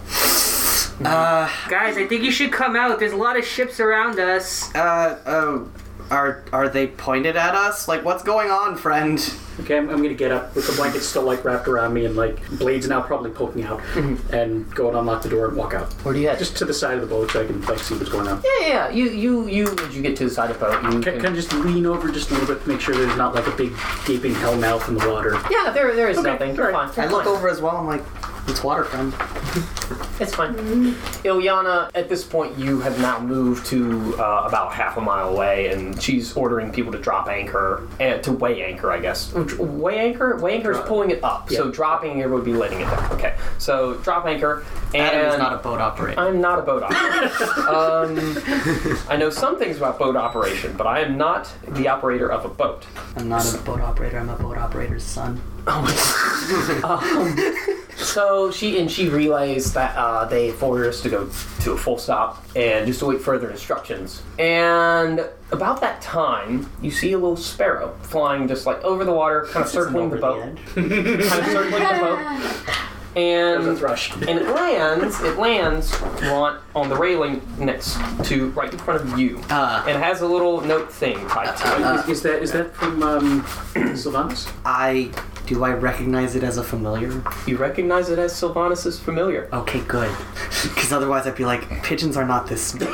Speaker 5: Uh,
Speaker 4: Guys, I think you should come out. There's a lot of ships around us.
Speaker 5: uh, oh, are, are they pointed at us? Like, what's going on, friend?
Speaker 7: Okay, I'm, I'm gonna get up with the blankets still like wrapped around me and like blades now probably poking out, and go and unlock the door and walk out.
Speaker 11: Where do you at?
Speaker 7: Just to the side of the boat so I can like see what's going on.
Speaker 11: yeah, yeah. You, you, you. As you get to the side of the boat, you.
Speaker 7: Can, can I just lean over just a little bit to make sure there's not like a big gaping hell mouth in the water?
Speaker 11: yeah, there, there is nothing. You're fine.
Speaker 5: I
Speaker 11: You're
Speaker 5: look
Speaker 11: fine.
Speaker 5: over as well, I'm like, it's water, friend.
Speaker 11: It's fine.
Speaker 3: Ilyana, at this point, you have now moved to uh, about half a mile away, and she's ordering people to drop anchor, uh, to weigh anchor, I guess. Dr- Weigh anchor? Weigh anchor is pulling it up, so
Speaker 7: Yeah.
Speaker 3: dropping anchor would be letting it down. Okay, so drop anchor, and.
Speaker 5: Adam is not a boat operator.
Speaker 3: I'm not a
Speaker 5: (laughs)
Speaker 3: boat operator. um, I know some things about boat operation, but I am not the operator of a boat.
Speaker 5: I'm not a boat operator, I'm a boat operator's son.
Speaker 3: So she and she relays that uh, they ordered us to go to a full stop and just to wait further instructions. And about that time, you see a little sparrow flying just like over the water, kind of circling the boat, kind of circling the boat,
Speaker 7: There's a
Speaker 3: and
Speaker 7: thrush.
Speaker 3: and it lands. It lands on on the railing next to right in front of you.
Speaker 5: Uh.
Speaker 3: it has a little note thing tied to it.
Speaker 7: Is, is that is that from um, (clears throat) Sylvanas?
Speaker 5: I do I recognize it as a familiar?
Speaker 3: You recognize it as Sylvanas's familiar.
Speaker 5: Okay, good. (laughs) Because otherwise, I'd be like, pigeons are not this (laughs) smart.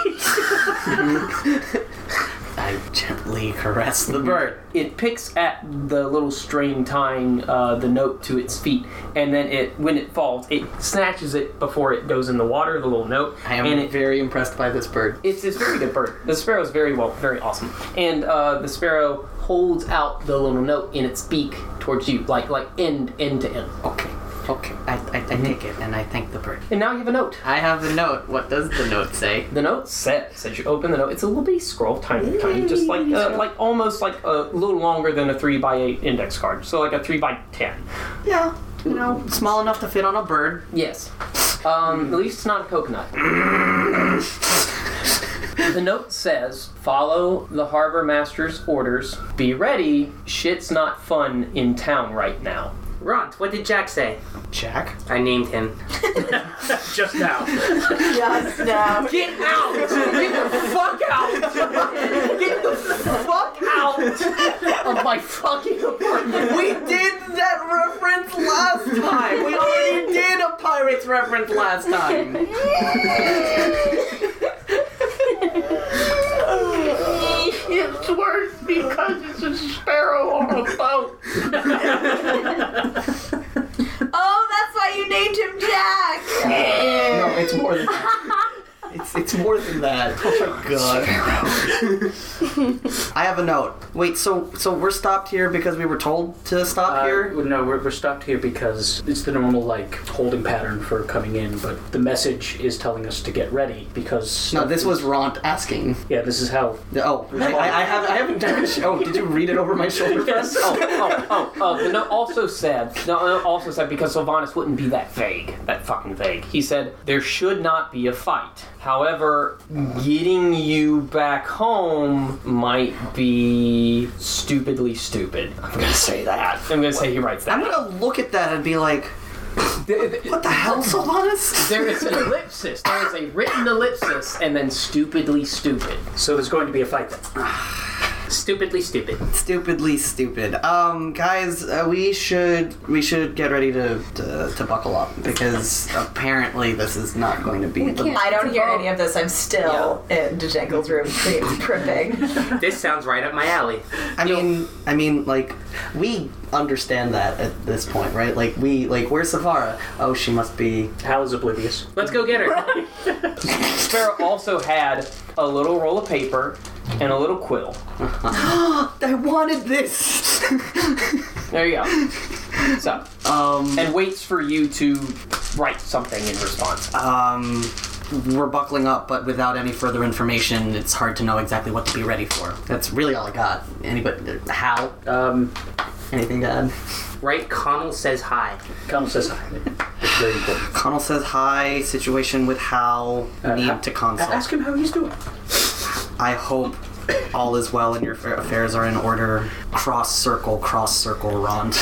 Speaker 5: I gently caress the bird.
Speaker 3: it picks at the little string tying uh, the note to its feet, and then it, when it falls, it snatches it before it goes in the water. The little note,
Speaker 5: I am
Speaker 3: and it,
Speaker 5: very impressed by this bird.
Speaker 3: it's this very good bird. The sparrow is very well, very awesome, and uh, the sparrow holds out the little note in its beak towards you, like like end end to end.
Speaker 5: Okay, okay. I, I, I take it and I thank the bird.
Speaker 3: And now you have a note.
Speaker 5: I have the note. What does the note say?
Speaker 3: The note says as you open the note, it's a little bitty scroll, tiny, tiny, just like uh, like almost like a little longer than a three by eight index card, so like a three by ten.
Speaker 5: Yeah, you know, small enough to fit on a bird.
Speaker 3: Yes. Um, at least it's not a coconut. the note says follow the harbor master's orders. Be ready. Shit's not fun in town right now.
Speaker 4: Ront, what did Jack say?
Speaker 5: Jack?
Speaker 4: I named him.
Speaker 7: Just now.
Speaker 6: Just now.
Speaker 3: Get out! Get the fuck out! Get the fuck out of my fucking apartment.
Speaker 5: We did that reference last time! We already did a pirates reference last time!
Speaker 3: (laughs) It's worse because it's a sparrow on a boat.
Speaker 6: (laughs) Oh, that's why you named him Jack.
Speaker 5: No, it's more than that. (laughs) It's, it's more than that. (laughs) Oh my god. (laughs) I have a note. Wait, so so we're stopped here because we were told to stop
Speaker 7: Uh,
Speaker 5: here?
Speaker 7: well, no, we're, we're stopped here because it's the normal like holding pattern for coming in, but the message is telling us to get ready because
Speaker 5: No, this was Ront asking.
Speaker 7: yeah, this is how
Speaker 5: Oh, I, I, I haven't I haven't done. sh- Oh, did you read it over my shoulder?
Speaker 3: Yes. Oh, oh, oh, oh. The note also said, the note also said, because Sylvanas wouldn't be that vague, that fucking vague. He said, there should not be a fight. However, getting you back home might be stupidly stupid. I'm gonna say that. I'm gonna say he writes
Speaker 5: I'm
Speaker 3: that.
Speaker 5: gonna look at that and be like, what the hell, Sylvanas?
Speaker 3: There is an ellipsis. There is a written ellipsis, and then stupidly stupid.
Speaker 7: so there's going to be a fight.
Speaker 4: Stupidly stupid.
Speaker 5: Stupidly stupid. Um, guys, uh, we should we should get ready to, to to buckle up because apparently this is not going to be the
Speaker 6: I don't hear any of this. I'm still in Django's room, (laughs) pre- pripping.
Speaker 4: This sounds right up my alley.
Speaker 5: I mean, I mean, like we understand that at this point, right? Like we, like where's Savara? Oh, she must be.
Speaker 7: Hal is oblivious.
Speaker 4: Let's go get her.
Speaker 3: Sparrow also had a little roll of paper and a little quill.
Speaker 5: I wanted this.
Speaker 3: There you go. So.
Speaker 5: um,
Speaker 3: and waits for you to write something in response.
Speaker 5: (laughs)
Speaker 3: Uh,
Speaker 5: um, we're buckling up, but without any further information, it's hard to know exactly what to be ready for. That's really all I got. Anybody? How?
Speaker 7: Um,
Speaker 5: Anything to add?
Speaker 4: Right? Connell says hi.
Speaker 7: Connell says hi. It's very important.
Speaker 5: Connell says hi. Situation with Hal.
Speaker 7: Uh,
Speaker 5: need
Speaker 7: ha-
Speaker 5: to consult.
Speaker 7: Ask him how he's doing.
Speaker 5: I hope all is well and your affair- affairs are in order. Cross circle, cross circle, Rond. (laughs)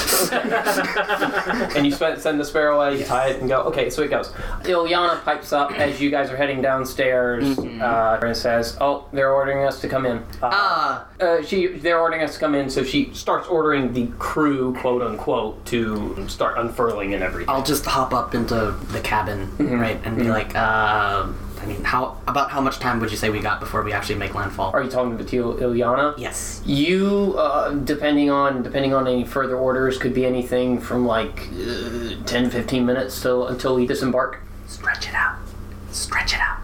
Speaker 3: and you spend, send the sparrow away, you tie it, and go. Okay, so it goes. Ilyana pipes up as you guys are heading downstairs uh, and says, "Oh, they're ordering us to come in." Uh,
Speaker 5: Ah,
Speaker 3: uh, she, they're ordering us to come in, so she starts ordering the crew, quote unquote, to start unfurling and everything.
Speaker 5: I'll just hop up into the cabin,
Speaker 3: Mm-hmm.
Speaker 5: right, and be like, uh, I mean, how about how much time would you say we got before we actually make landfall?
Speaker 3: Are you talking to Il- Ilyana?
Speaker 5: yes.
Speaker 3: You, uh, depending on depending on any further orders, could be anything from like uh, 10, 15 minutes till until we disembark.
Speaker 5: Stretch it out. Stretch it out.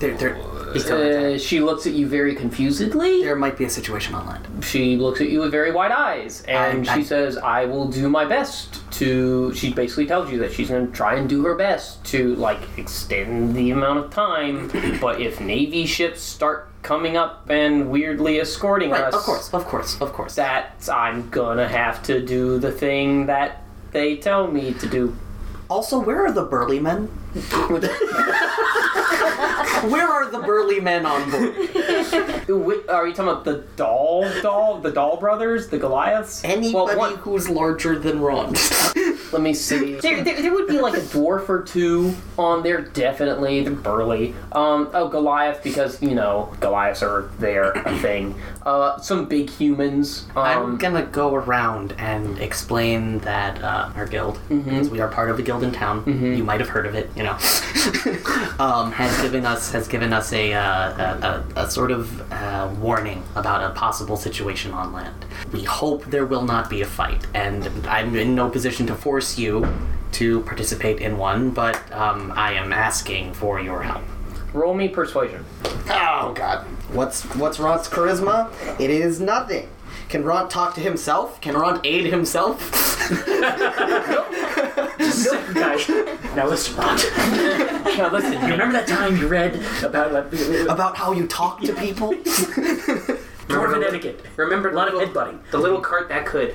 Speaker 5: There, there, he's telling me.
Speaker 3: Uh, she looks at you very confusedly.
Speaker 5: there might be a situation online.
Speaker 3: she looks at you with very wide eyes and
Speaker 5: I- I-
Speaker 3: she says i will do my best to she basically tells you that she's going to try and do her best to like extend the amount of
Speaker 5: (clears throat)
Speaker 3: time but if navy ships start coming up and weirdly escorting
Speaker 5: Right,
Speaker 3: us
Speaker 5: of course, of course, of course.
Speaker 3: that i'm gonna have to do the thing that they tell me to
Speaker 5: (laughs)
Speaker 3: do
Speaker 5: Also, where are the burly men? where are the burly men on board?
Speaker 3: Wh- are you talking about the doll doll the doll brothers the goliaths
Speaker 5: Anybody
Speaker 3: well, one,
Speaker 5: who's larger than Ron.
Speaker 3: Let me see. There, there, there would be like a dwarf or two on there, definitely. They're burly. Um, oh, Goliath, because, you know, Goliaths are there, a thing. Uh, some big humans.
Speaker 5: (laughs) I'm
Speaker 3: Um,
Speaker 5: gonna go around and explain that uh, our guild, because we are part of a guild in town. You might have heard of it, you (laughs) know. um, has given us has given us a uh, a, a, a sort of uh, warning about a possible situation on land. We hope there will not be a fight, and I'm in no position to force you to participate in one, but um, I am asking for your help.
Speaker 3: roll me persuasion.
Speaker 5: Oh God! What's what's Ront's charisma? It is nothing. Can Ront talk to himself? Can Ront aid himself? (laughs)
Speaker 7: Guys, now listen.
Speaker 3: Now, listen,
Speaker 7: Remember that time you read about uh,
Speaker 5: About how you talk to (laughs) people?
Speaker 7: dwarven etiquette?
Speaker 4: Remember
Speaker 7: A
Speaker 4: the
Speaker 7: lot of
Speaker 4: little-
Speaker 7: headbutting.
Speaker 4: The little cart that could.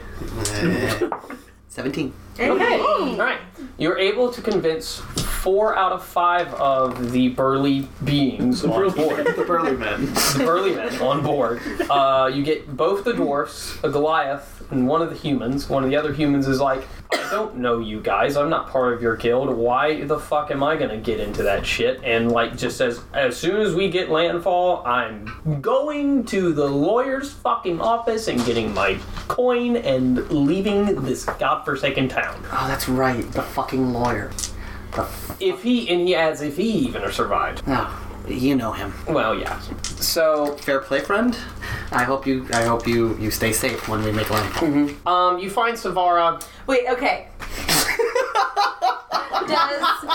Speaker 5: Seventeen.
Speaker 6: (gasps)
Speaker 3: Okay. All right. You're able to convince four out of five of the burly beings on board.
Speaker 5: The burly man.
Speaker 3: the burly men on board. Uh, you get both the dwarfs, a Goliath, and one of the humans. One of the other humans is like, I don't know you guys. I'm not part of your guild. Why the fuck am I gonna get into that shit? And like, just says, as soon as we get landfall, I'm going to the lawyer's fucking office and getting my coin and leaving this godforsaken town.
Speaker 5: Oh, that's right. The fucking lawyer. The f-
Speaker 3: If he and he adds, if he even survived.
Speaker 5: oh, you know him.
Speaker 3: Well, yeah. So
Speaker 5: Fair play, friend. I hope you. I hope you. You stay safe when we make land. (laughs)
Speaker 3: um, you find Savara.
Speaker 6: Wait, okay. Does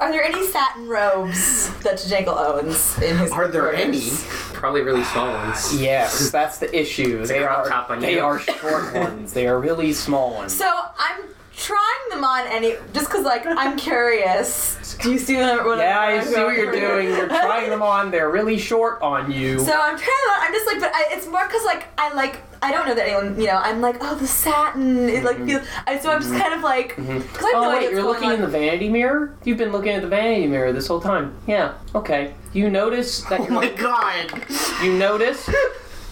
Speaker 6: are there any satin robes that Jangle owns in his?
Speaker 5: Are there any?
Speaker 6: quarters?
Speaker 4: Probably really small ones.
Speaker 3: Yes, that's the issue. They
Speaker 4: crop
Speaker 3: are
Speaker 4: top on
Speaker 3: they
Speaker 4: you.
Speaker 3: are
Speaker 4: (laughs)
Speaker 3: short ones. They are really small ones.
Speaker 6: So I'm trying them on any just because like I'm curious. Do you see what, what
Speaker 3: Yeah,
Speaker 6: I'm
Speaker 3: I see what you're
Speaker 6: going for?
Speaker 3: doing. You're trying them on. They're really short on you.
Speaker 6: So I'm trying to. I'm just like, but I, it's more because like I like I don't know that anyone. You know, I'm like, oh, the satin. It like feels. I, so I'm just kind of like. 'cause I have no
Speaker 3: Mm-hmm. oh
Speaker 6: idea
Speaker 3: wait, you're
Speaker 6: what's
Speaker 3: looking
Speaker 6: going
Speaker 3: in the
Speaker 6: on.
Speaker 3: vanity mirror. You've been looking at the vanity mirror this whole time. Yeah. Okay. You notice that
Speaker 6: (laughs)
Speaker 5: Oh
Speaker 3: you're,
Speaker 5: my god!
Speaker 3: you notice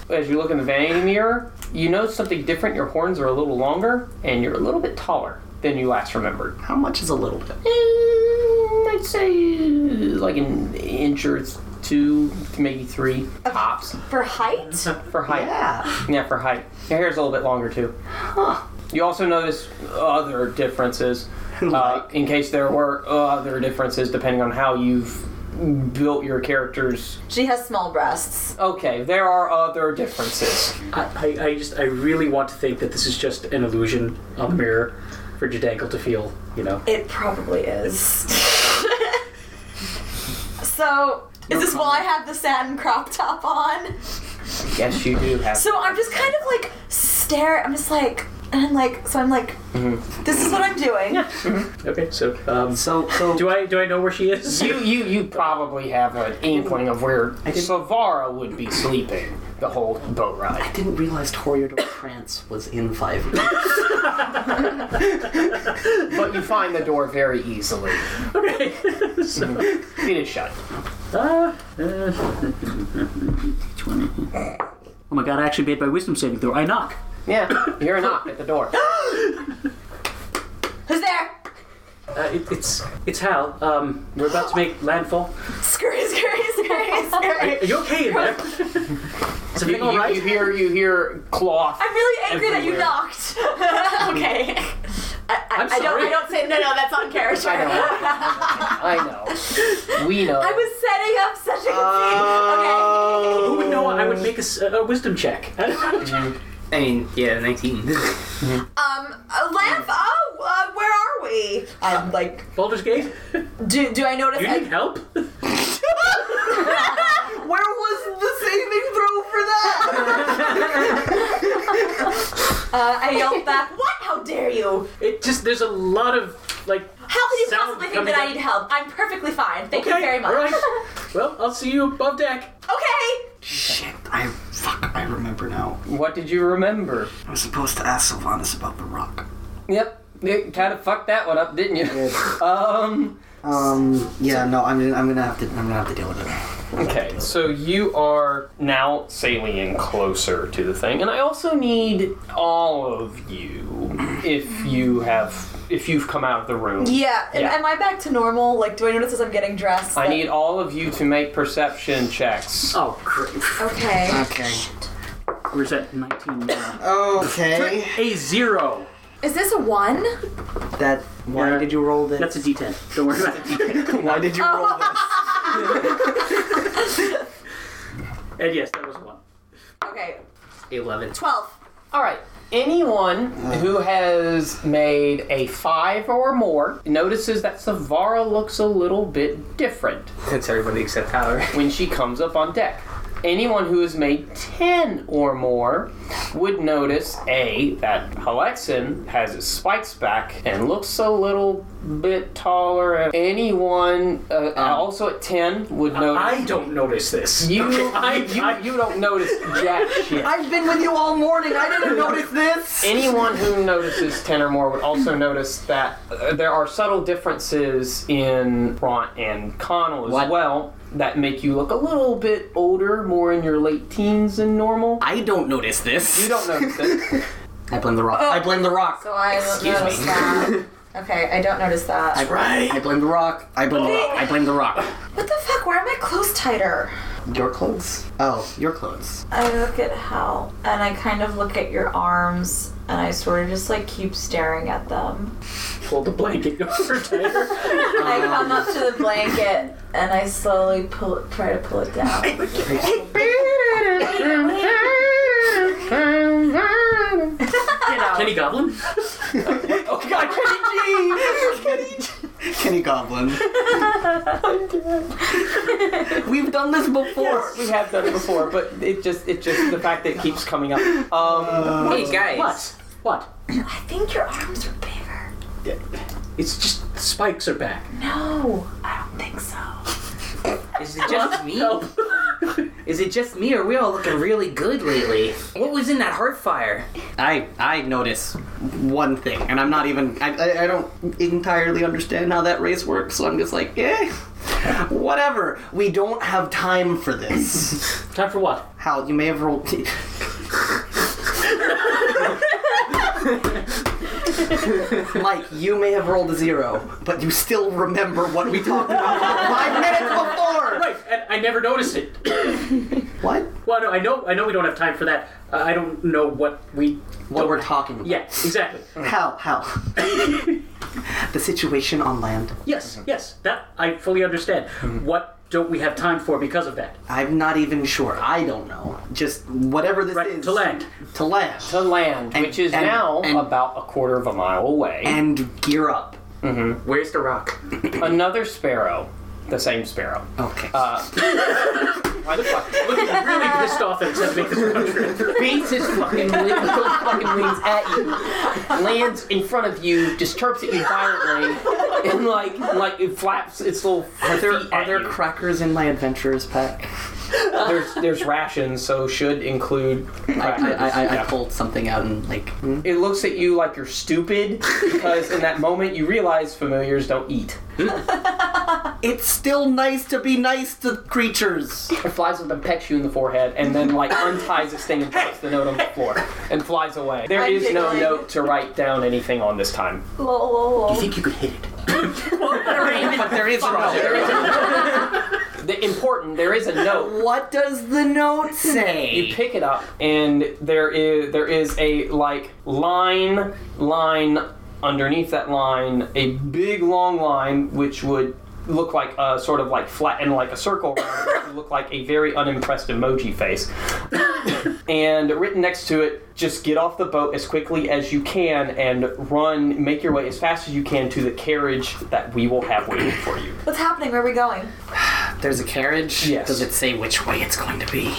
Speaker 3: as you look in the vanity mirror, you notice something different. Your horns are a little longer, and you're a little bit taller than you last remembered.
Speaker 5: How much is a little bit?
Speaker 3: Mm, I'd say like an inch or two, maybe three tops.
Speaker 6: for height.
Speaker 3: For height.
Speaker 5: Yeah.
Speaker 3: Yeah, for height. Your hair's a little bit longer too. You also notice other
Speaker 7: (laughs)
Speaker 3: differences, uh, in case there were other differences depending on how you've built your characters.
Speaker 6: She has small breasts.
Speaker 3: Okay, there are other differences.
Speaker 7: I, I, I just I really want to think that this is just an illusion on the mirror for Jadankle to feel, you know.
Speaker 6: It probably is. (laughs) so. Is this while I have the satin crop top on?
Speaker 3: Yes, you do have.
Speaker 6: So I'm just kind of like stare. I'm just like, And I'm like, so I'm like, this is what I'm doing.
Speaker 7: Okay, so um,
Speaker 5: So, so
Speaker 7: do I do I know where she (laughs) is?
Speaker 3: You, you, you probably have an inkling of where Savara would be sleeping the whole boat
Speaker 5: I
Speaker 3: ride.
Speaker 5: didn't realize Toreador France was in five.
Speaker 3: But you find the door very easily. Mm-hmm.
Speaker 7: Okay. (laughs) so,
Speaker 3: It is shut.
Speaker 7: uh, uh, 20. Oh my god! I actually made my wisdom saving throw. I knock.
Speaker 3: Yeah, you're not at the door.
Speaker 6: Who's there?
Speaker 7: Uh, it, it's it's Hal. Um, we're about to make landfall.
Speaker 6: Scurry, scurry, scurry,
Speaker 7: Are
Speaker 6: scurry.
Speaker 7: you okay in there? Is everything all right?
Speaker 3: You hear, you hear cloth.
Speaker 6: I'm really angry that you
Speaker 3: Everywhere.
Speaker 6: knocked. (laughs) okay. I, I,
Speaker 7: I'm
Speaker 6: I don't.
Speaker 7: sorry.
Speaker 6: I don't say no. No, that's on character.
Speaker 3: I know. I know. We know.
Speaker 6: (laughs) I was setting up such a good
Speaker 7: Who would know? I would make a, s- a wisdom check.
Speaker 4: I mean, yeah, 19.
Speaker 6: scene. Okay. Um, uh, Lamp. Oh, uh, where are we? I'm like,
Speaker 7: (laughs) Baldur's (laughs) Gate.
Speaker 6: do do I notice?
Speaker 7: You need
Speaker 6: I,
Speaker 7: help?
Speaker 5: (laughs) Where was the saving throw for that?
Speaker 6: (laughs) uh, I yelled back. What? How dare you?
Speaker 7: It just there's a lot of like.
Speaker 6: How could you
Speaker 7: Sound
Speaker 6: possibly think that
Speaker 7: coming
Speaker 6: I need help? I'm perfectly fine. Thank
Speaker 7: Okay,
Speaker 6: you very much.
Speaker 7: all right. Well, I'll see you above deck.
Speaker 6: (laughs) okay.
Speaker 5: (laughs) Shit, I fuck, I remember now.
Speaker 12: What did you remember?
Speaker 5: I was supposed to ask Sylvanas about the rock.
Speaker 12: Yep. You kind of fucked that one up, didn't you? (laughs) um.
Speaker 5: Um, yeah, no, I'm gonna, I'm gonna have to, I'm gonna have to deal with it.
Speaker 12: Okay, so you are now sailing closer to the thing, and I also need all of you if you have if you've come out of the room.
Speaker 6: Yeah.
Speaker 12: Yeah.
Speaker 6: Am I back to normal? Like, do I notice as I'm getting dressed?
Speaker 12: I
Speaker 6: that-
Speaker 12: need all of you to make perception checks.
Speaker 7: Oh, great.
Speaker 6: Okay.
Speaker 5: Okay.
Speaker 7: Where's that 19 now?
Speaker 5: Okay.
Speaker 7: A zero.
Speaker 6: Is this a one?
Speaker 5: That. Why
Speaker 7: Yeah.
Speaker 5: did you roll this?
Speaker 7: That's a D10. Don't worry about it.
Speaker 5: why did you roll this?
Speaker 7: And yes, that was one.
Speaker 6: Okay.
Speaker 4: 11.
Speaker 6: Twelve.
Speaker 3: All right. Anyone who has made a five or more notices that Savara looks a little bit different
Speaker 4: That's everybody except Hal,
Speaker 3: (laughs)
Speaker 4: right?
Speaker 3: when she comes up on deck. Anyone who has made 10 or more would notice A, that Halexin has his spikes back and looks a little bit taller. And anyone uh, also at 10 would notice.
Speaker 7: I don't notice this.
Speaker 3: you,
Speaker 7: I-
Speaker 3: you,
Speaker 7: I-
Speaker 3: you don't notice jack shit.
Speaker 5: I've been with you all morning. I didn't notice this.
Speaker 3: Anyone who notices 10 or more would also notice that uh, there are subtle differences in Bront and Connell as
Speaker 5: What?
Speaker 3: well that make you look a little bit older, more in your late teens than normal.
Speaker 5: I don't notice this.
Speaker 3: You don't notice
Speaker 5: (laughs)
Speaker 3: it.
Speaker 5: I blame the rock. I blame the rock.
Speaker 6: So I don't notice that. Okay, I don't notice that.
Speaker 5: right. I blame the rock. I blame the rock. I blame the rock.
Speaker 6: What the fuck? Why are my clothes tighter?
Speaker 5: Your clothes? Oh, your (laughs) clothes.
Speaker 6: I look at Hal and I kind of look at your arms and I sort of just like keep staring at them.
Speaker 7: Pull the blanket over (laughs) tighter.
Speaker 6: I come up to the blanket and I slowly pull it, try to pull it (laughs) down.
Speaker 7: Kenny Goblin?
Speaker 5: Kenny Goblin. We've done this before.
Speaker 12: We have done it before, but it just it just the fact that it keeps coming up. Um,
Speaker 4: Hey, guys.
Speaker 7: What? What?
Speaker 6: I think your arms are bigger.
Speaker 7: It's just the spikes are back.
Speaker 6: No, I don't think so.
Speaker 4: Is it just me?
Speaker 7: Help.
Speaker 4: Is it just me, or are we all looking really good lately? What was in that heart fire?
Speaker 5: I I notice one thing, and I'm not even I, I, I don't entirely understand how that race works, so I'm just like, eh, whatever. We don't have time for this.
Speaker 7: Time for what?
Speaker 5: Hal, you may have rolled. (laughs) T- Mike, you may have rolled a zero, but you still remember what we talked about five minutes
Speaker 7: Right, and I never noticed it.
Speaker 5: before. What?
Speaker 7: Well, no, I know, I know we don't have time for that. Uh, I don't know what we.
Speaker 5: What we're talking about?
Speaker 7: Yeah, exactly.
Speaker 5: Hal, Hal. the situation on land.
Speaker 7: Yes, yes, that I fully understand. What don't we have time for because of that?
Speaker 5: I'm not even sure. I don't know. Just whatever this
Speaker 7: Right,
Speaker 5: is.
Speaker 7: to land.
Speaker 5: To land.
Speaker 3: The land,
Speaker 5: And-
Speaker 3: which is
Speaker 5: and-
Speaker 3: now
Speaker 5: and-
Speaker 3: about a quarter of a mile away.
Speaker 5: And gear up.
Speaker 4: Where's the rock?
Speaker 3: Another
Speaker 7: Uh,
Speaker 3: sparrow, the same sparrow,
Speaker 5: Okay.
Speaker 7: Looking really pissed off off and attempt to make the round trip.
Speaker 11: beats his fucking wing, fucking wings at you, lands in front of you, disturbs at you violently, and like like it flaps its little
Speaker 5: Are there,
Speaker 11: feet
Speaker 5: are
Speaker 11: at
Speaker 5: there
Speaker 11: you.
Speaker 5: crackers in my adventurers pack?
Speaker 3: There's there's rations, so should include
Speaker 5: I, I,
Speaker 3: crackers.
Speaker 5: I, I pulled something out and like. hmm?
Speaker 3: It looks at you like you're stupid because in that moment you realize familiars don't eat.
Speaker 5: It's still nice to be nice to creatures.
Speaker 3: It flies up and pecks you in the forehead and then like unties its thing and drops the note on the floor and flies away. There
Speaker 6: I'm
Speaker 3: is no
Speaker 6: giggling.
Speaker 3: note to write down anything on this time.
Speaker 6: Lol, lol, lol.
Speaker 7: I think you could hit it.
Speaker 5: but there is
Speaker 3: There
Speaker 5: Roger.
Speaker 3: is a- (laughs) the important there is a note
Speaker 5: What does the note
Speaker 3: you
Speaker 5: say?
Speaker 3: pick it up and there is there is a like line line underneath that line a big long line which would look like a sort of like flat and like a circle (coughs) around it, would look like a very unimpressed emoji face (coughs) and written next to it just get off the boat as quickly as you can and run make your way as fast as you can to the carriage that we will have waiting for you
Speaker 6: What's happening? Where are we going?
Speaker 5: There's a carriage.
Speaker 3: Yes.
Speaker 5: Does it say which way it's going to be?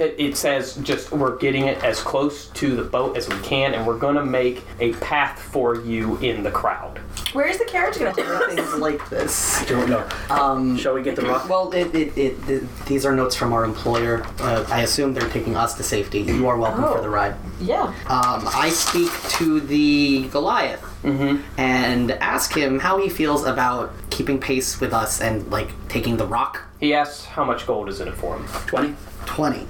Speaker 3: It, it says just we're getting it as close to the boat as we can, and we're gonna make a path for you in the crowd.
Speaker 6: Where is the carriage going to take us?
Speaker 5: Things like this.
Speaker 7: Don't know.
Speaker 5: Um,
Speaker 7: Shall we get the rock?
Speaker 5: Well, it, it, it, th these are notes from our employer. Uh, I assume they're taking us to safety. You are welcome for the ride.
Speaker 6: Yeah.
Speaker 5: Um, I speak to the Goliath Mm-hmm. and ask him how he feels about keeping pace with us and like taking the rock.
Speaker 3: He asks how much gold is in it for him.
Speaker 7: 20?
Speaker 5: 20,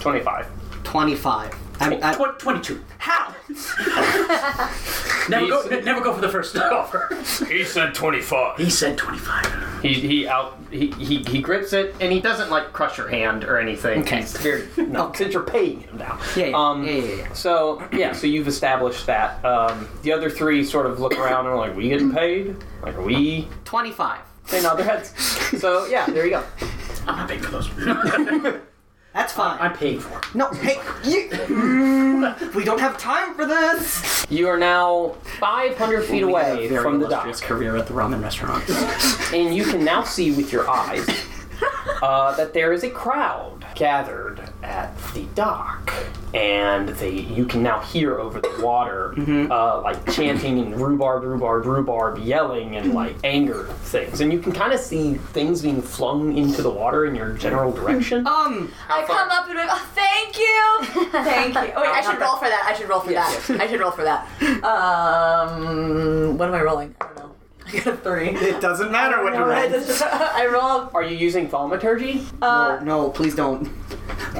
Speaker 3: Twenty-five.
Speaker 5: 25. I, I,
Speaker 7: Tw- 22.
Speaker 5: how?
Speaker 7: (laughs) Never go, never go for the first (laughs) offer.
Speaker 1: He said 25.
Speaker 7: He said 25.
Speaker 3: He he out he, he he grips it and he doesn't like crush your hand or anything.
Speaker 5: Okay.
Speaker 3: He's very
Speaker 5: (laughs)
Speaker 3: no, since you're paying him now.
Speaker 5: Yeah, yeah,
Speaker 3: Um,
Speaker 5: yeah, yeah, yeah.
Speaker 3: So yeah, so you've established that. Um, the other three sort of look around and are like, "We getting paid? Like, are
Speaker 5: (laughs)
Speaker 3: we?"
Speaker 5: 25.
Speaker 3: They nod their heads. So yeah, there you go.
Speaker 7: I'm not paying
Speaker 3: (laughs)
Speaker 7: for those.
Speaker 5: That's fine.
Speaker 7: I'm paying for it.
Speaker 5: no, hey, you, Mm, we don't have time for this.
Speaker 3: You are now 500 feet away
Speaker 5: Very
Speaker 3: from the dock.
Speaker 5: illustrious career at the ramen restaurant.
Speaker 3: and you can now see with your
Speaker 6: (laughs)
Speaker 3: eyes uh, that there is a crowd gathered at the dock, and they you can now hear over the water
Speaker 6: Mm-hmm.
Speaker 3: uh, like chanting and rhubarb, rhubarb, rhubarb, yelling and like
Speaker 6: Mm-hmm.
Speaker 3: anger things, and you can kind of see things being flung into the water in your general direction.
Speaker 6: Oh.
Speaker 5: um,
Speaker 6: I come up and I'm, oh,
Speaker 3: (laughs)
Speaker 6: thank you, thank you. Oh, wait, I should roll for that. I should roll for that. I should roll for that. Um, what am I rolling? I don't know. (laughs) I got a three.
Speaker 5: it doesn't matter what
Speaker 6: All right, this is- (laughs) I roll.
Speaker 3: Are you using thaumaturgy?
Speaker 5: No, no, please don't.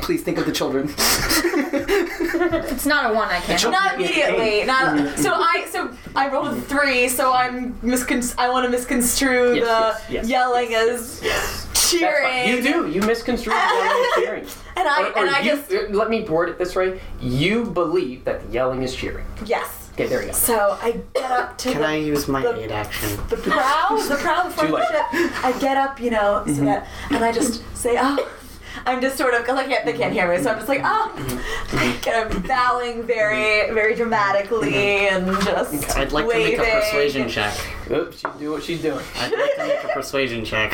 Speaker 5: Please think of the children.
Speaker 13: It's not a one I can't.
Speaker 6: Not immediately.
Speaker 3: Mm-hmm.
Speaker 6: Not so. I so I rolled a three. So I'm miscon. I want to misconstrue
Speaker 3: Yes,
Speaker 6: the
Speaker 3: yes, yes,
Speaker 6: yelling as
Speaker 3: That's
Speaker 6: cheering.
Speaker 3: fine. You do. You misconstrue the yelling as
Speaker 6: (laughs)
Speaker 3: cheering.
Speaker 6: And I
Speaker 3: Or, or
Speaker 6: and I
Speaker 3: you, uh,
Speaker 6: just
Speaker 3: let me word it this way: You believe that the yelling is cheering.
Speaker 6: yes.
Speaker 3: Okay, there you go.
Speaker 6: So I get up to
Speaker 5: Can
Speaker 6: the
Speaker 5: I use my aid action?
Speaker 6: the prow, the prow
Speaker 5: (laughs)
Speaker 6: before
Speaker 3: Too
Speaker 6: the
Speaker 3: late.
Speaker 6: ship. I get up, you know, so
Speaker 5: Mm-hmm.
Speaker 6: that, and I just say, oh. I'm just sort of like they
Speaker 5: Mm-hmm.
Speaker 6: can't hear me, so I'm just like oh, (laughs) kind of bowing very, very dramatically and just
Speaker 5: Mm-hmm. I'd like
Speaker 6: waving.
Speaker 5: to make a persuasion check.
Speaker 3: Oops, she do what she's doing.
Speaker 5: I'd like to make a persuasion check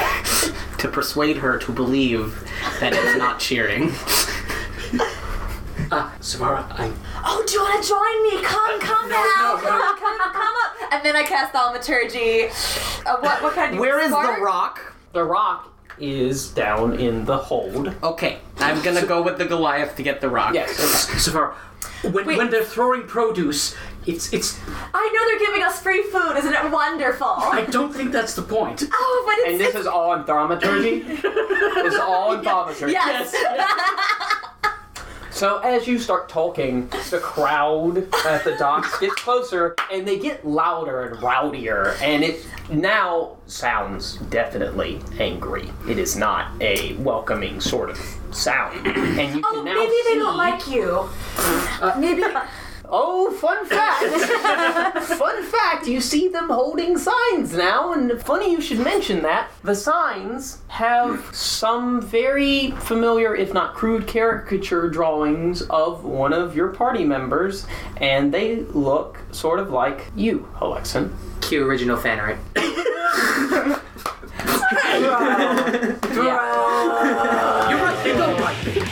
Speaker 5: to persuade her to believe that it's not cheering.
Speaker 7: Samara, I'm
Speaker 6: Oh, do you want to join me?
Speaker 5: Uh,
Speaker 6: Come, come now, come, come, come up. And then I cast thaumaturgy. Uh, what, what kind of?
Speaker 5: Where is
Speaker 6: spark?
Speaker 5: the rock?
Speaker 3: The rock is down in the hold.
Speaker 5: Okay, I'm gonna go with the Goliath to get the rock.
Speaker 3: Yes.
Speaker 7: Savara, when,
Speaker 6: Wait.
Speaker 7: when they're throwing produce, it's it's.
Speaker 6: I know they're giving us free food. Isn't it
Speaker 5: (laughs)
Speaker 6: wonderful?
Speaker 7: I don't think that's the point.
Speaker 6: oh, but it's,
Speaker 3: And this is all in thaumaturgy. it's all in thaumaturgy.
Speaker 6: yes.
Speaker 3: So as you start talking, the crowd at the docks gets closer and they get louder and rowdier. And it now sounds definitely angry. It is not a welcoming sort of sound. And you can
Speaker 6: Oh,
Speaker 3: now
Speaker 6: maybe they don't
Speaker 3: see-
Speaker 6: like you.
Speaker 5: Uh, (laughs)
Speaker 6: maybe.
Speaker 3: Oh, fun fact! fun fact, you see them holding signs now, and funny you should mention that. The signs have some very familiar, if not crude, caricature drawings of one of your party members, and they look sort of like you, Alexan.
Speaker 4: Cue original fan art.
Speaker 7: You're right, they don't like me.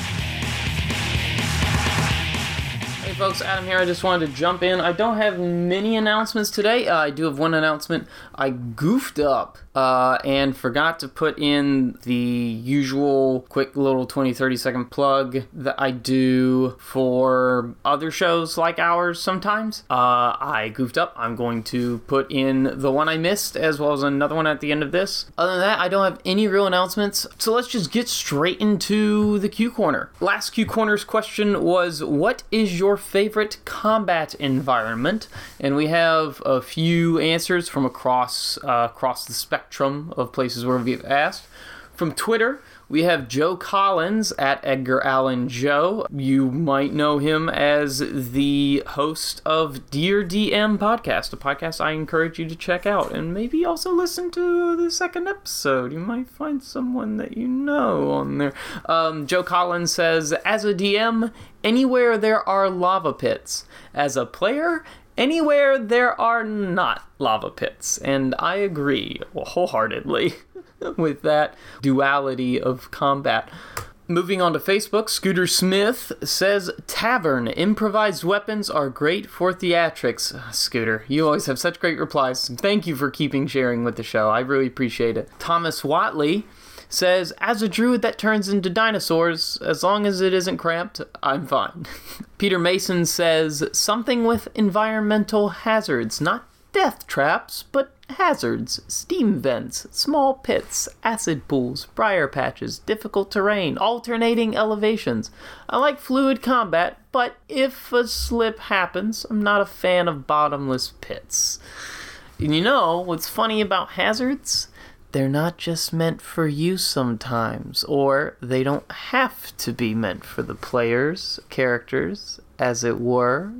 Speaker 11: folks. Adam here. I just wanted to jump in. I don't have many announcements today. Uh, I do have one announcement. I goofed up uh, and forgot to put in the usual quick little 20, 30 second plug that I do for other shows like ours sometimes. Uh, I goofed up. I'm going to put in the one I missed as well as another one at the end of this. Other than that, I don't have any real announcements. So let's just get straight into the Q Corner. Last Q Corner's question was What is your favorite combat environment? And we have a few answers from across, uh, across the spectrum of places where we've asked. From Twitter, we have Joe Collins at Edgar Allan Joe. You might know him as the host of Dear DM podcast, a podcast I encourage you to check out and maybe also listen to the second episode. You might find someone that you know on there. Um, Joe Collins says, as a DM, anywhere there are lava pits. As a player, anywhere there are not lava pits. And I agree wholeheartedly (laughs) with that duality of combat. Moving on to Facebook, Scooter Smith says Tavern improvised weapons are great for theatrics. Scooter, you always have such great replies. Thank you for keeping sharing with the show. I really appreciate it. Thomas Watley says, As a druid that turns into dinosaurs, as long as it isn't cramped, I'm fine. (laughs) Peter Mason says, Something with environmental hazards, not death traps, but hazards, steam vents, small pits, acid pools, briar patches, difficult terrain, alternating elevations. I like fluid combat, but if a slip happens, I'm not a fan of bottomless pits. And you know what's funny about hazards? they're not just meant for you sometimes, or they don't have to be meant for the players, characters, as it were.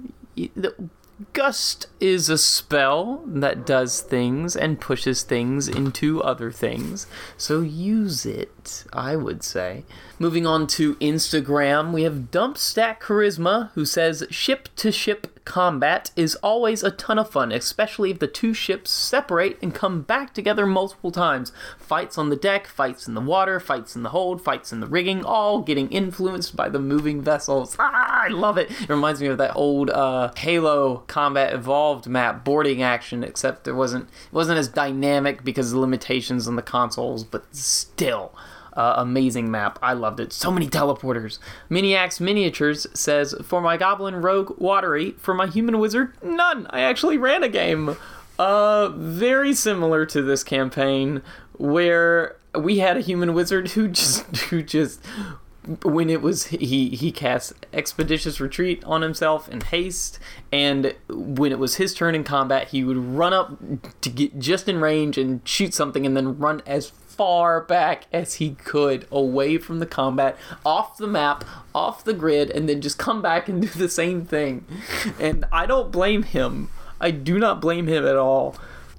Speaker 11: Gust is a spell that does things and pushes things into other things, so use it, I would say. Moving on to Instagram, we have Dumpstack Charisma, who says ship to ship combat is always a ton of fun, especially if the two ships separate and come back together multiple times. Fights on the deck, fights in the water, fights in the hold, fights in the rigging, all getting influenced by the moving vessels. (laughs) Ah, I love it. It reminds me of that old uh, Halo Combat Evolved map, boarding action, except it wasn't it wasn't as dynamic because of the limitations on the consoles, but still. Uh, amazing map. I loved it. So many teleporters. Miniax Miniatures says, For my goblin rogue, watery. For my human wizard, none. I actually ran a game. Uh, very similar to this campaign where we had a human wizard who just, (laughs) who just, when it was he he cast expeditious retreat on himself and haste and when it was his turn in combat he would run up to get just in range and shoot something and then run as far back as he could away from the combat, off the map, off the grid, and then just come back and do the same thing. And I don't blame him. I do not blame him at all.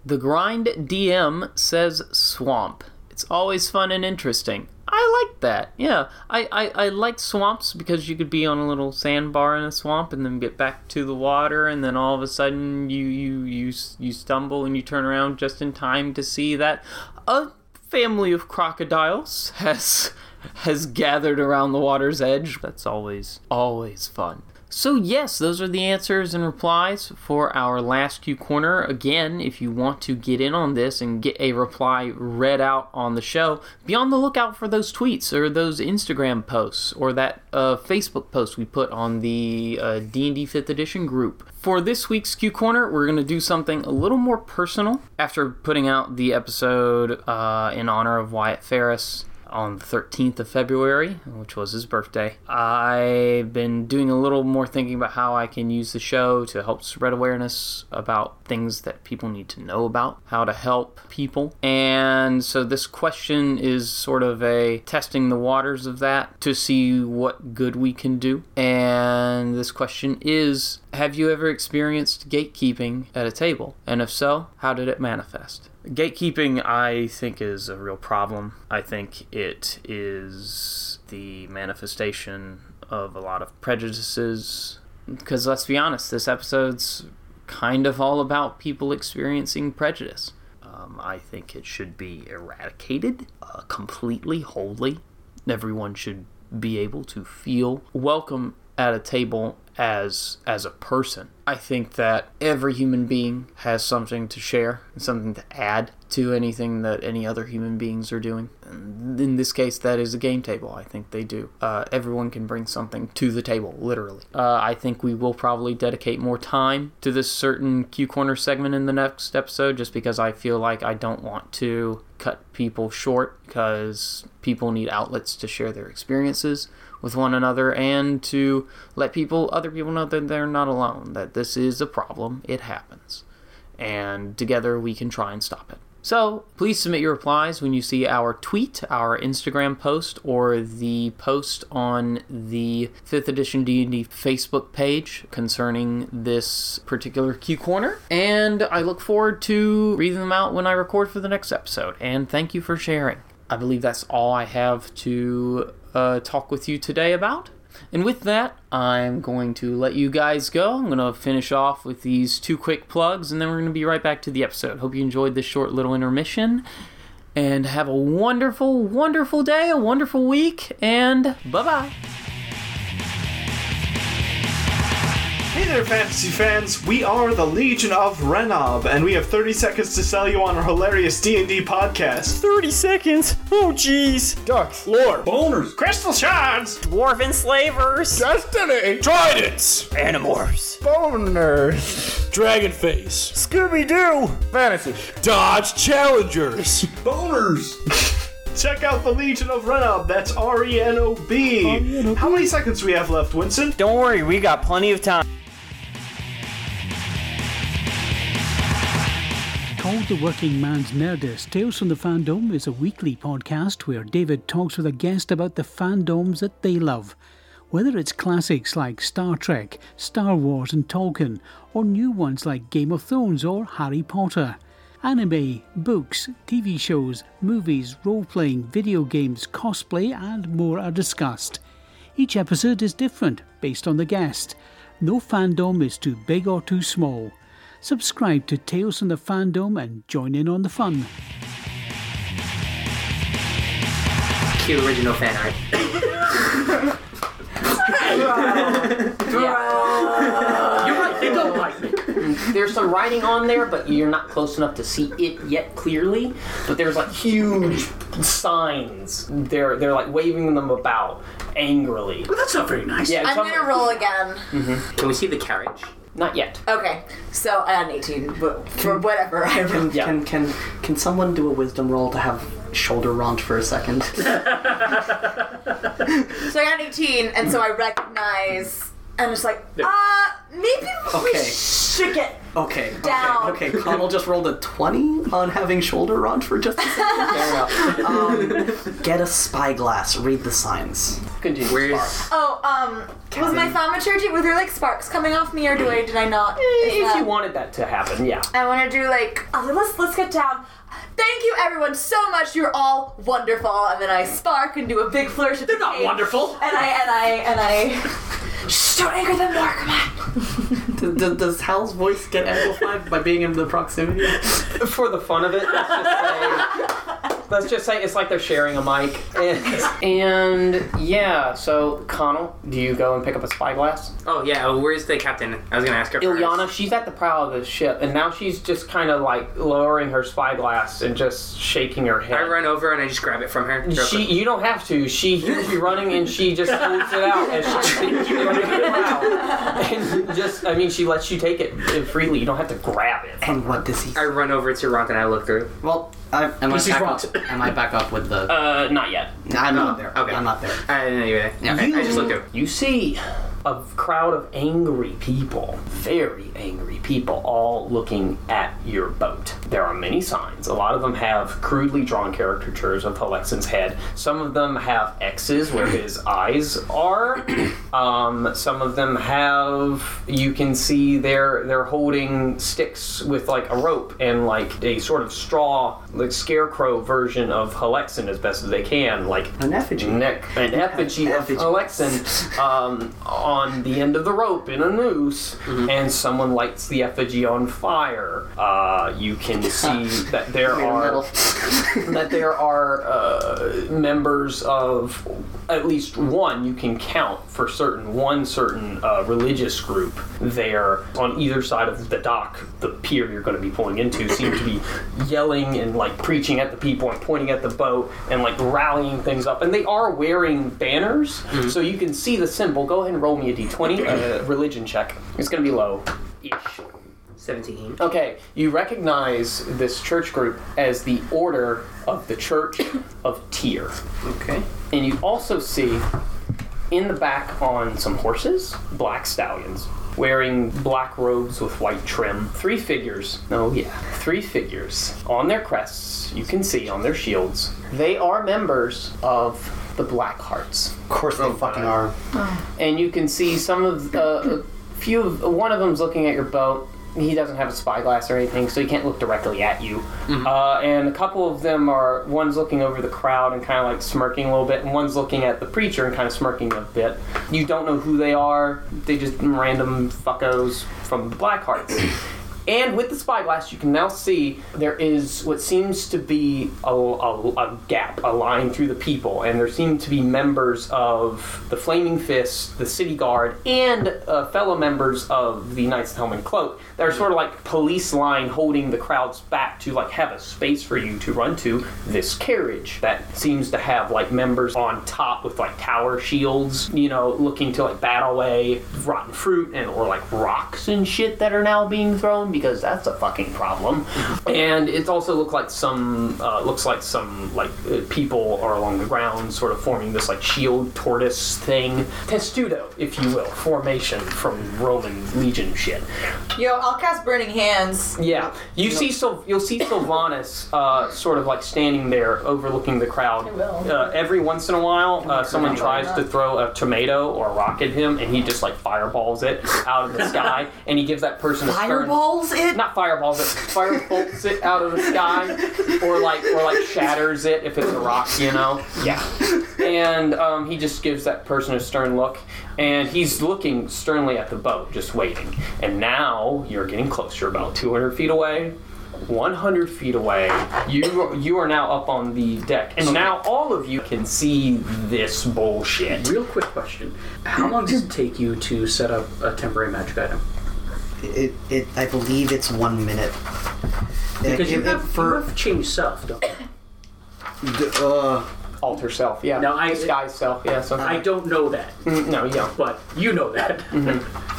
Speaker 11: The Grind DM says swamp. It's always fun and interesting. I like that. Yeah. I, I, I like swamps because you could be on a little sandbar in a swamp and then get back to the water and then all of a sudden you you you, you stumble and you turn around just in time to see that a family of crocodiles has has gathered around the water's edge. That's always always fun. So yes, those are the answers and replies for our last Q corner. Again, if you want to get in on this and get a reply read out on the show, be on the lookout for those tweets or those Instagram posts or that uh, Facebook post we put on the uh, D&D 5th Edition group. For this week's Q Corner, we're going to do something a little more personal. After putting out the episode uh, in honor of Wyatt Ferris on the 13th of February, which was his birthday, I've been doing a little more thinking about how I can use the show to help spread awareness about things that people need to know about, how to help people. And so this question is sort of a testing the waters of that to see what good we can do. And this question is have you ever experienced gatekeeping at a table? And if so, how did it manifest? Gatekeeping, I think, is a real problem. I think it is the manifestation of a lot of prejudices. Because let's be honest, this episode's kind of all about people experiencing prejudice. Um, I think it should be eradicated uh, completely, wholly. Everyone should be able to feel welcome at a table as as a person. I think that every human being has something to share and something to add to anything that any other human beings are doing. And in this case, that is a game table. I think they do. Uh, everyone can bring something to the table, literally. Uh, I think we will probably dedicate more time to this certain Q Corner segment in the next episode just because I feel like I don't want to cut people short because people need outlets to share their experiences with one another and to let people other people know that they're not alone that this is a problem it happens and together we can try and stop it so please submit your replies when you see our tweet our instagram post or the post on the 5th edition d&d facebook page concerning this particular q corner and i look forward to reading them out when i record for the next episode and thank you for sharing i believe that's all i have to uh, talk with you today about. And with that, I'm going to let you guys go. I'm going to finish off with these two quick plugs, and then we're going to be right back to the episode. Hope you enjoyed this short little intermission. And have a wonderful, wonderful day, a wonderful week, and bye bye.
Speaker 14: Hey there, fantasy fans! We are the Legion of Renob, and we have 30 seconds to sell you on our hilarious D&D podcast.
Speaker 15: 30 seconds? Oh, jeez.
Speaker 16: Ducks. Lore.
Speaker 17: Boners.
Speaker 14: Crystal shards.
Speaker 15: Dwarf enslavers.
Speaker 16: Destiny.
Speaker 17: Tridents.
Speaker 15: Animorphs.
Speaker 16: Boners.
Speaker 17: Dragonface.
Speaker 16: Scooby-Doo. Fantasy.
Speaker 17: Dodge Challengers.
Speaker 14: Boners. Check out the Legion of Renob. That's R E N O
Speaker 17: E
Speaker 14: B. How many seconds do we have left, Winston?
Speaker 15: Don't worry, we got plenty of time.
Speaker 18: Called The Working Man's Nerdist, Tales from the Fandom is a weekly podcast where David talks with a guest about the fandoms that they love. Whether it's classics like Star Trek, Star Wars, and Tolkien, or new ones like Game of Thrones or Harry Potter anime, books, TV shows, movies, role playing, video games, cosplay, and more are discussed. Each episode is different based on the guest. No fandom is too big or too small. Subscribe to Tales from the Fandom and join in on the fun.
Speaker 4: Cute original fan art.
Speaker 3: You're right, they don't like me there's some writing on there, but you're not close enough to see it yet clearly. But there's like huge signs. They're they're like waving them about angrily.
Speaker 15: Well, that's not very nice.
Speaker 3: Yeah,
Speaker 6: I'm
Speaker 3: some-
Speaker 6: gonna roll again.
Speaker 4: Mm-hmm. Can we see the carriage?
Speaker 3: Not yet.
Speaker 6: Okay, so I got an 18, but for whatever I rolled.
Speaker 3: Yeah.
Speaker 5: Can can can someone do a wisdom roll to have shoulder round for a second?
Speaker 6: So I got an 18, and so I recognize, and it's like, uh, maybe we
Speaker 5: Okay. Oh.
Speaker 6: should get
Speaker 5: okay.
Speaker 6: down.
Speaker 5: Okay, Connell just rolled a 20 on having shoulder round for just a second.
Speaker 3: (laughs)
Speaker 5: Fair enough. Um, get a spyglass, read the signs.
Speaker 3: Continue.
Speaker 4: Where's
Speaker 6: Oh, um, was my thaumaturgy, were there like sparks coming off me, or do I, did I not?
Speaker 3: If you
Speaker 6: want.
Speaker 3: wanted that to happen, yeah.
Speaker 6: I want to do like, oh, let's let's get down. Thank you, everyone, so much. You're all wonderful. And then I spark and do a big flourish. They're
Speaker 15: not wonderful.
Speaker 6: And I and I and I. Shh! Don't anger them more. Come on.
Speaker 5: Does, does, does Hal's voice get amplified by being in the proximity?
Speaker 19: For the fun of it, let's just
Speaker 3: (laughs)
Speaker 19: say, let's just say it's like they're sharing a mic. And
Speaker 3: And yeah, so Connell, do you go and pick up a spyglass?
Speaker 4: Oh yeah, oh, where's the captain? I was gonna ask her.
Speaker 3: Ilyana, she's at the prow of the ship, and now she's just kind of like lowering her spyglass and just shaking her
Speaker 4: I
Speaker 3: head.
Speaker 4: run over and I just grab it from her. real
Speaker 3: She,
Speaker 4: quick.
Speaker 3: you don't have to. She hears you running, and she just holds it out as she sees you running the prow. And just, I mean, she lets you take it freely. You don't have to grab it.
Speaker 5: And what does he?
Speaker 4: I run over to Ron and I look through.
Speaker 5: Well, I, am I
Speaker 15: This is
Speaker 5: back
Speaker 15: wrong.
Speaker 5: up? Am I back up with the?
Speaker 3: Uh, not yet.
Speaker 5: I'm not there.
Speaker 4: okay.
Speaker 5: I'm not there.
Speaker 4: I didn't know you were there. Okay, Uh, I just looked through.
Speaker 3: You see a crowd of angry people, very angry people, all looking at your boat. There are many signs. A lot of them have crudely drawn caricatures of Halexin's head. Some of them have X's where his eyes are. Um, some of them have. You can see they're they're holding sticks with like a rope and like a sort of straw, like scarecrow version of Halexin as best as they can, like
Speaker 5: An effigy.
Speaker 3: neck an effigy of
Speaker 5: Effigy.
Speaker 3: Alexan um, on on the end of the rope in a noose, and someone lights the effigy on fire, uh, you can see that there are (laughs) that there are uh, members of at least one you can count for certain one certain uh, religious group there on either side of the dock the pier you're going to be pulling into seem to be yelling and like preaching at the people and pointing at the boat and like rallying things up and they are wearing banners so you can see the symbol go ahead and roll me a d20 uh, religion check it's going to be low ish
Speaker 4: 17.
Speaker 3: Okay, you recognize this church group as the Order of the Church of Tyr.
Speaker 4: Okay.
Speaker 3: And you also see in the back on some horses, black stallions, wearing black robes with white trim. Three figures. Oh, yeah. Three figures. On their crests, you can see on their shields, they are members of the Black Hearts. Of
Speaker 20: course they fucking are.
Speaker 3: And you can see some of uh, a few of one of them's looking at your boat. He doesn't have a spyglass or anything, so he can't look directly at you. Uh, and a couple of them are one's looking over the crowd and kind of like smirking a little bit, and one's looking at the preacher and kind of smirking a bit. You don't know who they are. They just random fuckos from the Black Hearts. And with the spyglass, you can now see there is what seems to be a, a- a gap, a line through the people, and there seem to be members of the Flaming Fist, the City Guard, and uh, fellow members of the Knights of Helm and Cloak. They're sort of like police line holding the crowds back to like have a space for you to run to this carriage that seems to have like members on top with like tower shields, you know, looking to like bat away rotten fruit and or like rocks and shit that are now being thrown because that's a fucking problem. and it also looked like some uh, looks like some like uh, people are along the ground, sort of forming this like shield tortoise thing, testudo, if you will, formation from Roman legion shit.
Speaker 6: Yo, I'll cast Burning Hands.
Speaker 3: Yeah, you see, Syl- you'll see Sylvanas uh, sort of like standing there, overlooking the crowd. Uh, every once in a while, uh, someone tries to throw a tomato or a rock at him, and he just like fireballs it out of the sky, and he gives that person a stern-
Speaker 5: Fireballs it?
Speaker 3: Not fireballs it. Firebolts it out of the sky, or like or like shatters it if it's a rock, you know. Yeah. And um, he just gives that person a stern look, and he's looking sternly at the boat, just waiting. And now you're getting close. You're about 200 feet away. 100 feet away, you you are now up on the deck, and now all of you can see this bullshit.
Speaker 7: Real quick question: How long does it take you to set up a temporary magic item?
Speaker 5: It, it, I believe it's one minute.
Speaker 7: Because you
Speaker 5: It- it-
Speaker 7: have,
Speaker 5: for-
Speaker 7: you have changed self, don't you?
Speaker 5: D- uh,
Speaker 3: Alter self, yeah.
Speaker 7: Now I
Speaker 3: disguise self, yeah. So
Speaker 7: I don't know that.
Speaker 3: No, you don't.
Speaker 7: But you know that.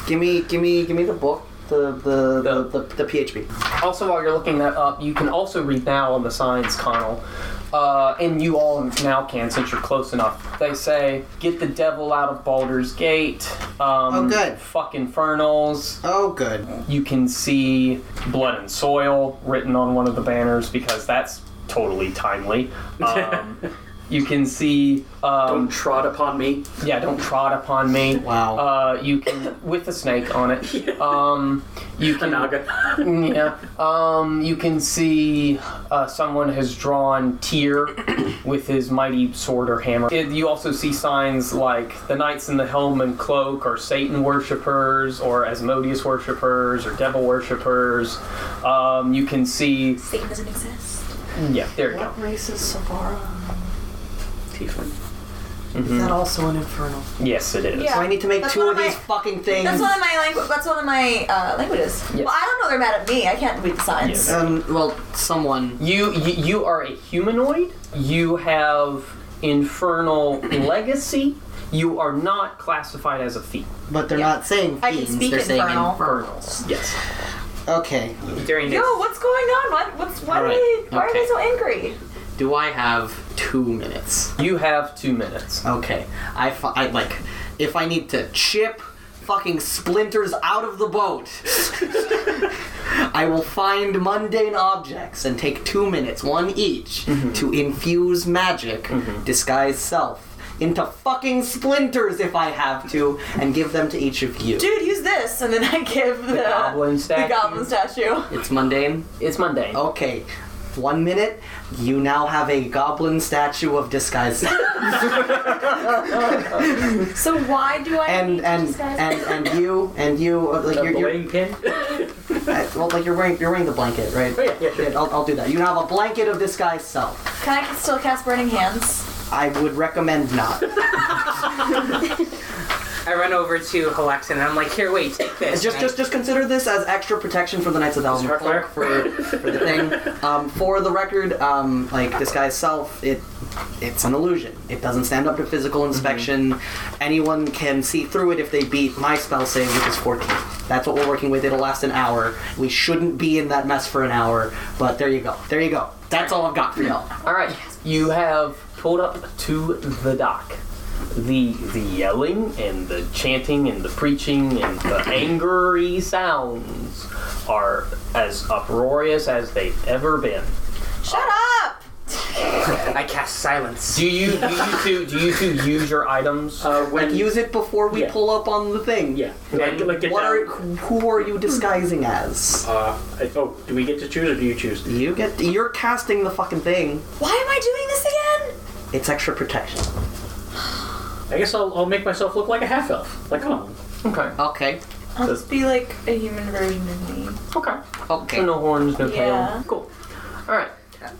Speaker 5: Give me, give me, give me the book. The the the, the, the PHP.
Speaker 3: Also, while you're looking that up, you can also read now on the signs, Connell. Uh, and you all now can, since you're close enough. They say, "Get the devil out of Baldur's Gate." Um,
Speaker 5: Oh, good.
Speaker 3: Fuck infernals.
Speaker 5: Oh, good.
Speaker 3: You can see "Blood and Soil" written on one of the banners because that's totally timely.
Speaker 5: (laughs)
Speaker 3: Um, you can see. Um, don't
Speaker 7: trod upon me.
Speaker 3: Yeah, don't trod upon me. Wow. Uh, you can with a snake on
Speaker 5: (laughs)
Speaker 3: it. Um, you can. yeah. Um, you can see uh, someone has drawn Tyr (clears throat) with his mighty sword or hammer. It- you also see signs like the knights in the helm and cloak are Satan worshippers or Asmodeus worshippers or devil worshippers. Um, you can see.
Speaker 6: Satan doesn't exist.
Speaker 3: Yeah, there you go.
Speaker 5: race is Savara? Is
Speaker 3: Mhm.
Speaker 5: that also an infernal?
Speaker 3: Yes, it is.
Speaker 6: Yeah.
Speaker 5: Mm-hmm. So I need to make
Speaker 6: That's
Speaker 5: two
Speaker 6: one
Speaker 5: of
Speaker 6: of
Speaker 5: these fucking things.
Speaker 6: That's one of my langu- That's one of my uh, languages. Well, I don't know. They're mad at me. I can't read the signs.
Speaker 5: Um, well, someone.
Speaker 3: You, you you are a humanoid. You have infernal legacy. You are not classified as a thief.
Speaker 5: But they're not saying
Speaker 3: I can
Speaker 5: fiends.
Speaker 3: speak
Speaker 5: they're saying
Speaker 3: infernal.
Speaker 5: infernals.
Speaker 3: Yes.
Speaker 5: Okay.
Speaker 4: During
Speaker 6: Yo, what's going on? What? What's? Why,
Speaker 5: All
Speaker 6: are,
Speaker 5: right.
Speaker 6: they, why are
Speaker 5: Okay.
Speaker 6: they so angry?
Speaker 5: Do I have two minutes?
Speaker 3: You have two minutes.
Speaker 5: Okay. I, fi- I like if I need to chip fucking splinters out of the boat. (laughs) I will find mundane objects and take two minutes, one each, to infuse magic, disguise self, into fucking splinters if I have to, and give them to each of you.
Speaker 6: Dude, use this, and then (laughs) I give (laughs) the,
Speaker 5: goblin
Speaker 6: the goblin statue.
Speaker 5: It's mundane?
Speaker 3: It's mundane.
Speaker 5: Okay. One minute, you now have a goblin statue of disguise.
Speaker 6: so why do I
Speaker 5: and
Speaker 6: need
Speaker 5: and,
Speaker 6: to disguise?
Speaker 5: and and you and you uh, like
Speaker 7: The
Speaker 5: you're, you're
Speaker 7: bling pin?
Speaker 5: Uh, well like you're wearing you're wearing the blanket right Oh, yeah, I'll, I'll do that you have a blanket of disguise self
Speaker 6: Can I still cast Burning Hands?
Speaker 5: I would recommend (laughs) not
Speaker 4: I run over to Halaxin and I'm like, here, wait, take
Speaker 3: (laughs)
Speaker 4: this.
Speaker 5: just
Speaker 4: And I-
Speaker 5: just just consider this as extra protection from the Knights of the Elven Cloak for, for the (laughs) thing um, for the record um, like disguise self it it's an illusion it doesn't stand up to physical inspection anyone can see through it if they beat my spell save which is 14 that's what we're working with it'll last an hour we shouldn't be in that mess for an hour but there you go there you go that's all Mm-hmm. I've got for y'all
Speaker 3: All right, you have pulled up to the dock. The the yelling and the chanting and the preaching and
Speaker 4: (coughs)
Speaker 3: the angry sounds are as uproarious as they've ever been.
Speaker 6: Shut up!
Speaker 4: I cast silence.
Speaker 3: Do you do you two do you two use your items?
Speaker 7: Uh,
Speaker 5: like use it before we pull up on the thing
Speaker 7: yeah
Speaker 5: what are, who are you disguising as?
Speaker 7: Uh, I- oh, do we get to choose or do you choose?
Speaker 5: You get. You're casting the fucking thing.
Speaker 6: Why am I doing this again?
Speaker 5: It's extra protection.
Speaker 7: I guess I'll, I'll make myself look like a half elf. Like, come on.
Speaker 3: Okay.
Speaker 5: Okay.
Speaker 6: I'll just be like a human version of me.
Speaker 3: Okay.
Speaker 5: Okay.
Speaker 3: no horns, no
Speaker 6: Yeah.
Speaker 3: tail. Cool. All right,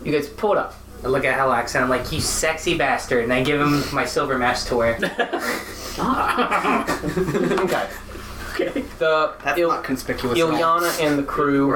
Speaker 3: you guys pulled up.
Speaker 4: I look at Halaxin and I'm like, you sexy bastard, and I give him Um, my silver mask to wear.
Speaker 3: okay. The
Speaker 5: That's not conspicuous. at all.
Speaker 3: Ilyana and the crew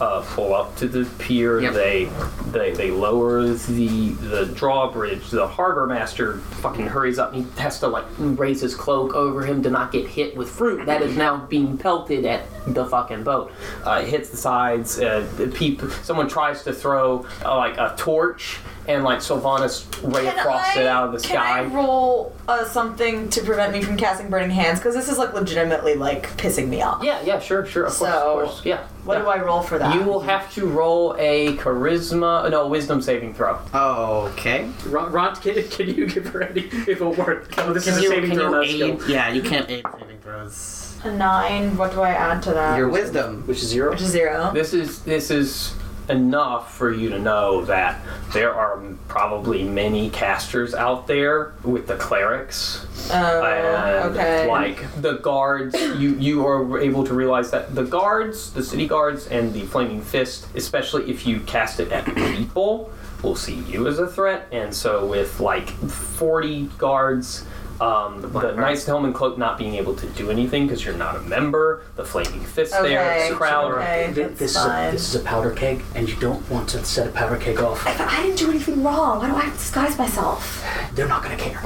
Speaker 3: uh, pull up to the pier. They, they they lower the the drawbridge. The harbor master fucking hurries up. and He has to like raise his cloak over him to not get hit with fruit that is now being pelted at the fucking boat. Uh, it hits the sides. Uh, the peop- someone tries to throw uh, like a torch, and like Sylvanas ray
Speaker 6: Can
Speaker 3: across
Speaker 6: I-
Speaker 3: it out of the
Speaker 6: can
Speaker 3: sky.
Speaker 6: I roll uh, something to prevent me from casting Burning Hands? Because this is like legitimately like pissing me off.
Speaker 3: Yeah, yeah, sure, sure, of course,
Speaker 6: So,
Speaker 3: of course, yeah.
Speaker 6: What do I roll for that?
Speaker 3: You will have to roll a charisma, no, wisdom saving throw.
Speaker 5: Okay.
Speaker 7: Ron, Ron can, can you give her any? If it worked, oh, this is
Speaker 5: you-
Speaker 7: a saving
Speaker 5: can
Speaker 7: throw.
Speaker 5: you
Speaker 7: not a
Speaker 5: aid-
Speaker 7: skill.
Speaker 5: yeah, you can't aid saving throws.
Speaker 6: A nine. What do I add to that?
Speaker 5: Your wisdom,
Speaker 7: which is zero.
Speaker 6: Which is zero.
Speaker 3: This is this is enough for you to know that there are probably many casters out there with the clerics.
Speaker 6: Oh,
Speaker 3: and
Speaker 6: okay.
Speaker 3: like the guards, you you are able to realize that the guards, the city guards, and the flaming fist, especially if you cast it at people, will see you as a threat. And so with like forty guards. Um, the Knight's Helm Cloak not being able to do anything because you're not a member. The Flaming Fist there,
Speaker 6: Okay,
Speaker 3: it's a crowd.
Speaker 6: okay,
Speaker 7: Th-
Speaker 6: that's
Speaker 7: (laughs) this, Is
Speaker 6: fine.
Speaker 7: a, this is a powder keg, and you don't want to set a powder keg off.
Speaker 6: But I didn't do anything wrong. Why do I have to disguise myself?
Speaker 7: They're not going to care.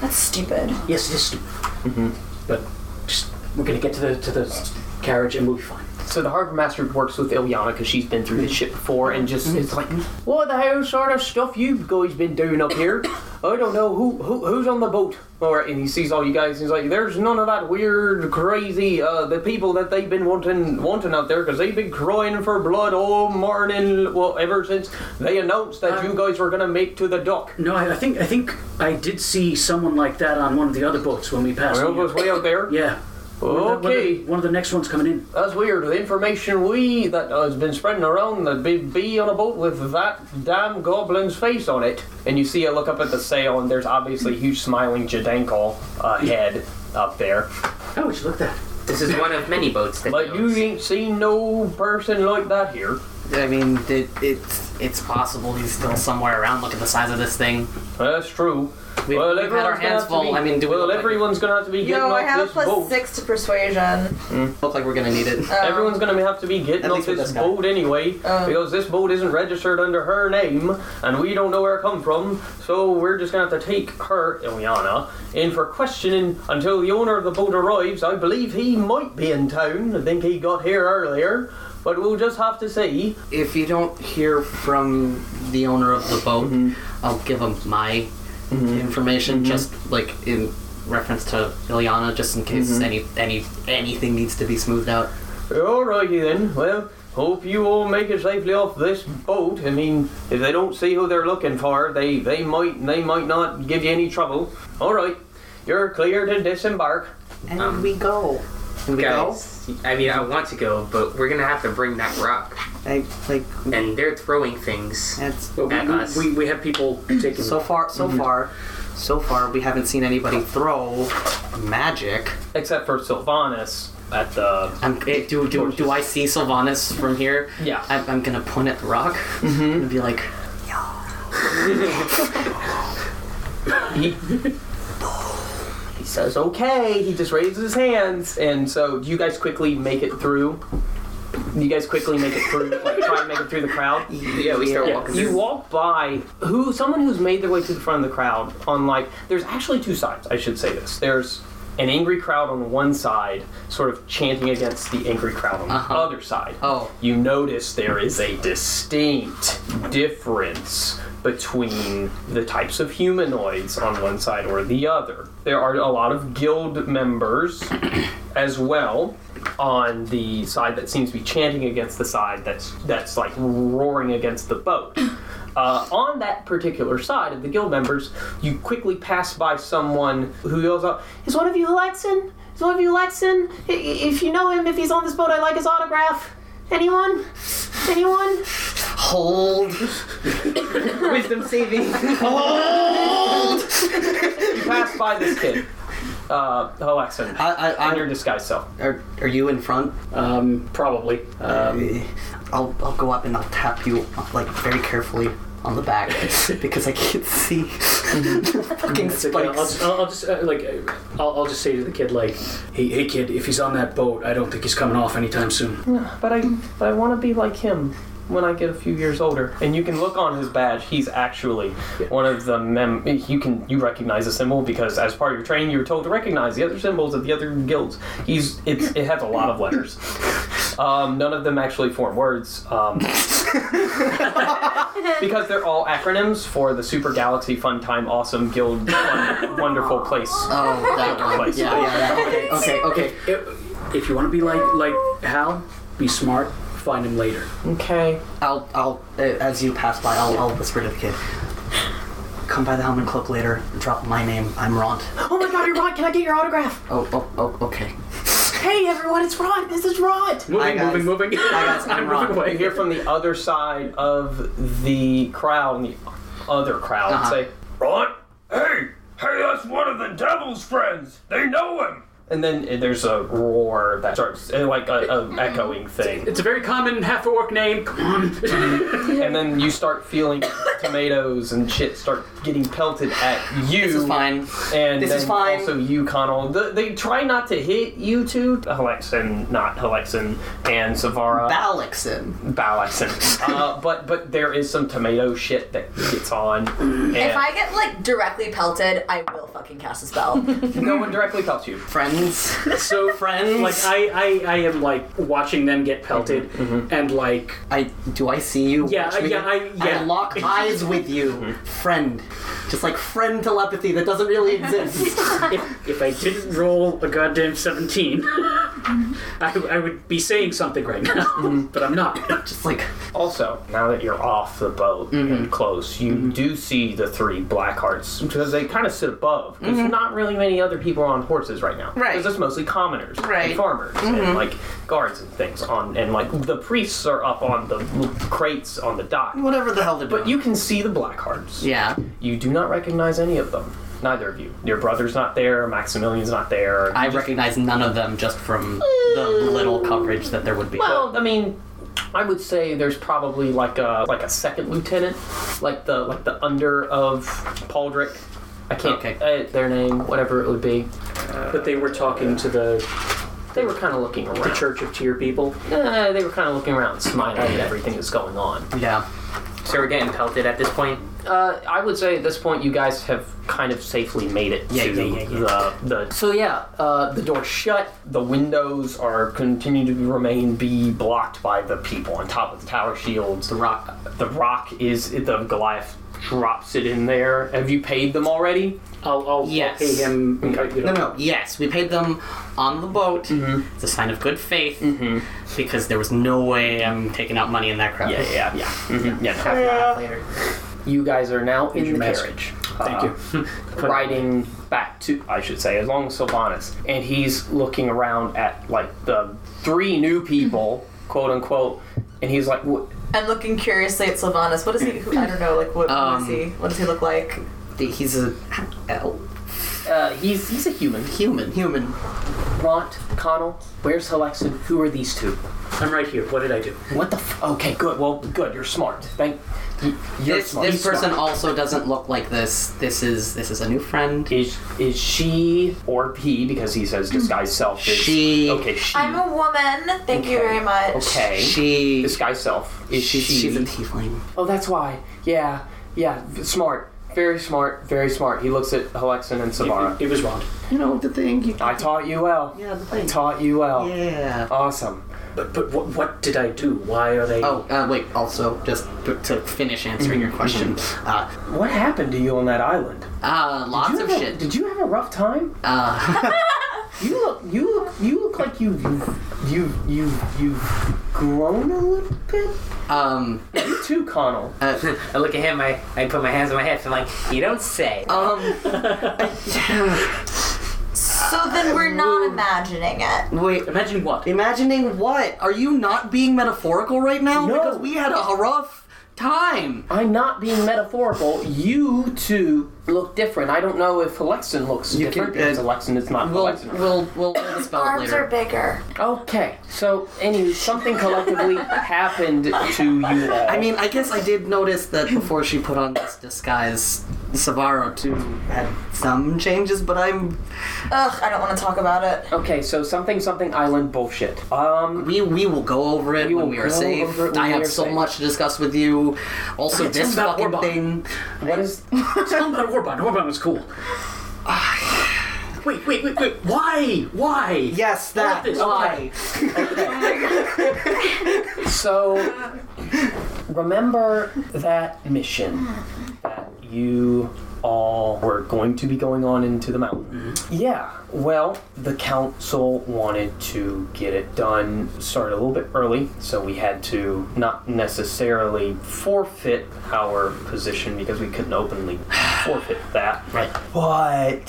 Speaker 6: That's stupid.
Speaker 7: Yes, it is stupid. But just, we're going to get to the to the s- carriage, and we'll be fine.
Speaker 3: So the harbor master works with Ilyana because she's been through this shit before, and just it's like, what the hell sort of stuff you guys been doing up here? I don't know who, who who's on the boat. All right, and he sees all you guys, and he's like, there's none of that weird, crazy, uh, the people that they've been wanting wanting out there because they've been crying for blood all morning, well, ever since they announced that you guys were gonna make to the dock.
Speaker 7: No, I, I think I think I did see someone like that on one of the other boats when we passed.
Speaker 3: Well, it was way out there.
Speaker 7: Yeah. One of the- one of
Speaker 3: Okay.
Speaker 7: the- one of the next ones coming in.
Speaker 3: That's weird. The information we that has been spreading around that be, be on a boat with that damn goblin's face on it. And you see, I look up at the sail, and there's obviously a huge smiling Jadanko uh, head up there.
Speaker 7: Oh, we should look that.
Speaker 4: This is one of many boats that
Speaker 3: But you ain't seen no person like that here.
Speaker 5: I mean, it, it's it's possible he's still somewhere around. Look at the size of this thing.
Speaker 3: That's true.
Speaker 5: We've,
Speaker 3: well,
Speaker 5: we've had
Speaker 3: everyone's
Speaker 5: our
Speaker 3: gonna have
Speaker 5: hands
Speaker 3: to
Speaker 5: full.
Speaker 3: be-
Speaker 5: I mean, do we
Speaker 3: well,
Speaker 5: look like,
Speaker 3: everyone's gonna have to be getting
Speaker 6: Yo,
Speaker 3: off
Speaker 6: I have a
Speaker 3: this
Speaker 6: plus
Speaker 3: boat.
Speaker 6: six to persuasion.
Speaker 5: look like we're gonna need it?
Speaker 3: Everyone's gonna have to be getting
Speaker 5: At
Speaker 3: off
Speaker 5: least with
Speaker 3: this
Speaker 5: this guy.
Speaker 3: boat anyway
Speaker 6: Um.
Speaker 3: because this boat isn't registered under her name and we don't know where it come from. So we're just gonna have to take her, Ilyana, in for questioning until the owner of the boat arrives. I believe he might be in town. I think he got here earlier, but we'll just have to see.
Speaker 5: If you don't hear from the owner of the boat, I'll give him my information, just like in reference to Ilyana, just in case
Speaker 3: Mhm.
Speaker 5: any any anything needs to be smoothed out.
Speaker 3: Alrighty then. Well, hope you all make it safely off this boat. I mean, if they don't see who they're looking for, they they might they might not give you any trouble. All right, you're clear to disembark.
Speaker 5: And Um, we go.
Speaker 4: Guys, I mean, I want to go, but we're gonna have to bring that rock.
Speaker 5: I, like,
Speaker 4: and they're throwing things
Speaker 7: But we,
Speaker 4: at us.
Speaker 7: we, we have people taking
Speaker 5: so far, so
Speaker 7: Mhm.
Speaker 5: far, so far, we haven't seen anybody throw magic
Speaker 21: except for Sylvanas at the.
Speaker 5: I'm, eh, do, do, do I see Sylvanas from here? Yeah. I'm, I'm gonna point at the rock and be like,
Speaker 3: He says, okay. He just raises his hands. And so you guys quickly make it through. You guys quickly make it through, like try and make it through the crowd.
Speaker 4: Yeah, we start walking
Speaker 3: You
Speaker 4: through.
Speaker 3: walk by who someone who's made their way to the front of the crowd on like there's actually two sides. I should say this. There's an angry crowd on one side, sort of chanting against the angry crowd on the other side. Oh, you notice there is a distinct difference between the types of humanoids on one side or the other. There are a lot of guild members as well on the side that seems to be chanting against the side that's that's like roaring against the boat. Uh, on that particular side of the guild members, you quickly pass by someone who yells out, "Is one of you Lexin? Is one of you Lexin? I- i- If you know him, if he's on this boat, I'd like his autograph. Anyone? Anyone?"
Speaker 5: Hold.
Speaker 4: Wisdom saving.
Speaker 3: (laughs) Hold. (laughs) you pass by this kid, uh, Alexin,
Speaker 5: I, I,
Speaker 3: in your disguised self.
Speaker 5: Are, are you in front?
Speaker 7: Um, probably.
Speaker 5: Um, I'll, I'll go up and I'll tap you, like, very carefully on the
Speaker 7: (laughs)
Speaker 5: back (laughs) because I can't see.
Speaker 7: Mm-hmm.
Speaker 5: (laughs) fucking
Speaker 7: It's okay. I'll, just- I'll, I'll just uh, like uh, I'll, I'll just say to the kid like, hey, hey kid, if he's on that boat, I don't think he's coming off anytime soon.
Speaker 3: Yeah, but I but I want to be like him when I get a few years older. And you can look on his badge; he's actually one of the mem. You can you recognize the symbol because as part of your training, you were told to recognize the other symbols of the other guilds. He's it's, it has a lot of letters. Um, none of them actually form words. (laughs) Um, because they're all acronyms for the Super Galaxy Fun Time Awesome Guild Won- Wonderful Place.
Speaker 5: Oh, that
Speaker 3: Wonderful
Speaker 5: one. (laughs) Yeah, yeah, yeah. Okay, okay, okay.
Speaker 7: If, if you want to be like like Hal, be smart. Find him later.
Speaker 3: Okay.
Speaker 5: I'll, I'll, uh, as you pass by, I'll, I'll whisper to the kid. Come by the helm and cloak later. Drop my name. I'm Ront.
Speaker 3: Oh my God, you're Rod! Can I get your autograph?
Speaker 5: Oh, oh, oh, okay.
Speaker 3: Hey everyone, it's Rod. This is Rod.
Speaker 7: Moving, moving, moving. (laughs)
Speaker 3: I'm wrong. You hear from the other side of the crowd, and the other crowd
Speaker 1: Uh-huh.
Speaker 3: say,
Speaker 1: Ron? Hey! Hey, that's one of the devil's friends! They know him!
Speaker 3: and then there's a roar that starts, uh, like a, a echoing thing.
Speaker 7: It's a very common half orc name. Come (laughs) on.
Speaker 3: and then you start feeling (coughs) tomatoes and shit start getting pelted at you. This is
Speaker 5: fine.
Speaker 3: And
Speaker 5: This
Speaker 3: then
Speaker 5: is fine.
Speaker 3: also you, Connell. The, they try not to hit you two. Helexin, not Helexin, and Savara.
Speaker 5: Balexin.
Speaker 3: Balexin. (laughs) uh, but but there is some tomato shit that gets on. And
Speaker 13: If I get like directly pelted, I will fucking cast a
Speaker 3: (laughs)
Speaker 13: spell.
Speaker 3: no one directly pelts you.
Speaker 7: (laughs)
Speaker 5: Friends.
Speaker 7: So
Speaker 5: friends.
Speaker 7: Like I, I, I am like watching them get pelted, and like
Speaker 5: I do I see you?
Speaker 7: Yeah,
Speaker 5: watch me?
Speaker 7: yeah, I, yeah.
Speaker 5: I lock eyes with
Speaker 7: (laughs)
Speaker 5: you, friend. Just like friend telepathy that doesn't
Speaker 7: (laughs)
Speaker 5: really exist.
Speaker 7: if, if I didn't roll a goddamn (laughs) 17, I, I would be saying something right now, but I'm not.
Speaker 5: Just like.
Speaker 3: Also, now that you're off the boat and close, you do see the three black hearts because they kind of sit above. There's not really many other people on horses right now. Right. Because it's mostly commoners and
Speaker 5: Right.
Speaker 3: farmers
Speaker 5: Mhm.
Speaker 3: and like guards and things on and like the priests are up on the l- crates on the dock.
Speaker 5: Whatever the hell they're
Speaker 3: But you can see the black hearts.
Speaker 5: Yeah.
Speaker 3: You do not recognize any of them. Neither of you. Your brother's not there. Maximilian's not there.
Speaker 5: I recognize none of them just from the little coverage that there would be.
Speaker 3: Well, I mean, I would say there's probably like a like a second lieutenant, like the like the under of Paulrick. I can't uh, their name, whatever it would be.
Speaker 7: But they were talking to the.
Speaker 3: They were kind of looking around.
Speaker 7: The Church of Tier people.
Speaker 3: Uh, they were kind of looking around, smiling at everything that's going on.
Speaker 5: Yeah.
Speaker 4: So we're getting pelted at this point.
Speaker 3: Uh, I would say at this point you guys have kind of safely made it
Speaker 4: Yeah,
Speaker 3: to
Speaker 4: yeah, yeah,
Speaker 3: The, the. So yeah, uh, the door's shut. The windows are continue to remain be blocked by the people on top of the tower shields. The rock, the rock is the Goliath drops it in there. Have you paid them already?
Speaker 7: I'll, I'll
Speaker 5: Yes.
Speaker 7: pay him.
Speaker 5: No, no. Yes, we paid them on the boat. It's a sign of good faith because there was no way I'm taking out money in that crowd.
Speaker 3: Yeah, yeah, yeah. Mhm, yeah, no.
Speaker 4: later.
Speaker 3: You guys are now in
Speaker 7: Here's
Speaker 3: the
Speaker 7: your mask.
Speaker 3: carriage.
Speaker 7: uh,
Speaker 3: Thank you. riding back to, I should say, as long as Sylvanas. And he's looking around at, like, the three new people, quote unquote, and he's like, "What?"
Speaker 6: I'm looking curiously at Sylvanas. What is he? who- I don't know. Like what, what is
Speaker 3: Um,
Speaker 6: he? What does he look like?
Speaker 22: He's a elf.
Speaker 3: Uh, he's he's a human.
Speaker 22: Human. Human.
Speaker 3: Ront, Connell, where's Helexin? Who are these two?
Speaker 7: I'm right here. What did I do?
Speaker 3: What the? F- okay, good. Well, good. You're smart. Thank. You, you're
Speaker 5: This,
Speaker 3: smart.
Speaker 5: this person
Speaker 3: Smart.
Speaker 5: also doesn't look like this. This is this is a new friend.
Speaker 3: Is is she or he? Because he says disguise self. Is,
Speaker 5: She.
Speaker 3: Okay. She.
Speaker 6: I'm a woman. Thank you
Speaker 3: Okay.
Speaker 6: very much.
Speaker 3: Okay.
Speaker 5: She.
Speaker 3: Disguise self. Is she?
Speaker 5: She's, she's a tiefling.
Speaker 3: Oh, that's why. Yeah, yeah. v- Smart. Very smart. Very smart. He looks at Helexin and Savara.
Speaker 7: It, was wrong.
Speaker 22: You know the thing. You,
Speaker 3: I taught you well.
Speaker 22: Yeah, the thing.
Speaker 3: I taught you well.
Speaker 22: Yeah.
Speaker 3: Awesome.
Speaker 7: But but what what did I do? Why are they?
Speaker 5: Oh, uh, wait. Also, just to to finish answering your question, uh,
Speaker 3: What happened to you on that island?
Speaker 5: uh, lots
Speaker 3: Mm-hmm. Did you have
Speaker 5: of
Speaker 3: a-
Speaker 5: shit.
Speaker 3: Did you have a rough time?
Speaker 4: (laughs)
Speaker 5: Uh,
Speaker 3: You look, you look, you look like you, you, you, you've grown a little bit.
Speaker 5: Um, uh,
Speaker 3: you too, Connell. (laughs)
Speaker 4: I look at him. I, I put my hands on my hips. I'm like, you don't say.
Speaker 5: Um.
Speaker 6: So then we're not imagining it.
Speaker 5: Wait,
Speaker 7: imagine what?
Speaker 5: Imagining what? Are you not being metaphorical right now? Because we had a rough time.
Speaker 3: I'm not being metaphorical. You two look different. I don't know if Alexan looks
Speaker 5: You
Speaker 3: different
Speaker 5: can-
Speaker 3: because Alexan is not
Speaker 5: We'll
Speaker 3: Alexan.
Speaker 5: we'll we'll spell it
Speaker 6: Arms
Speaker 5: later.
Speaker 6: are bigger.
Speaker 3: Okay, so anyway, something
Speaker 5: (laughs)
Speaker 3: collectively happened to you all.
Speaker 5: I mean, I guess I did notice that before she put on this disguise, Savaro too had some changes, but I'm.
Speaker 6: Ugh, I don't want to talk about it.
Speaker 23: Oh,
Speaker 3: Okay, so something something island bullshit. Um,
Speaker 5: we we will go over it when
Speaker 3: will
Speaker 5: we are
Speaker 3: go
Speaker 5: safe.
Speaker 3: over it when
Speaker 5: I
Speaker 3: we
Speaker 5: have
Speaker 3: are
Speaker 5: so
Speaker 3: safe.
Speaker 5: much to discuss with you. Also,
Speaker 7: Okay,
Speaker 5: this
Speaker 7: tell me
Speaker 5: fucking
Speaker 7: about
Speaker 5: thing.
Speaker 3: What is?
Speaker 7: Tell him about Warbond. Warbond was cool. wait, wait, wait, wait. Why? Why?
Speaker 5: Yes,
Speaker 7: I
Speaker 5: that.
Speaker 7: love this.
Speaker 5: Why? (laughs)
Speaker 3: So, remember that mission that you all were going to be going on into the mountain. Yeah, well, the council wanted to get it done, started a little bit early, so we had to not necessarily forfeit our position because we couldn't (sighs) openly forfeit that. Right. But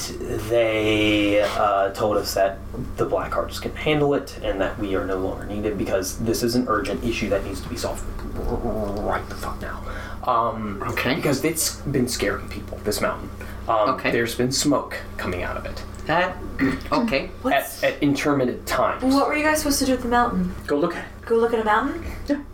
Speaker 3: they uh, told us that the Black Hearts can handle it and that we are no longer needed because this is an urgent issue that needs to be solved right the fuck now. Um, okay. Because it's been scaring people, this mountain. Um, okay. There's been smoke coming out of it.
Speaker 5: That. (clears throat) Okay.
Speaker 3: At, at intermittent times.
Speaker 6: What were you guys supposed to do at the mountain?
Speaker 7: Go look at it.
Speaker 6: Go look at a mountain?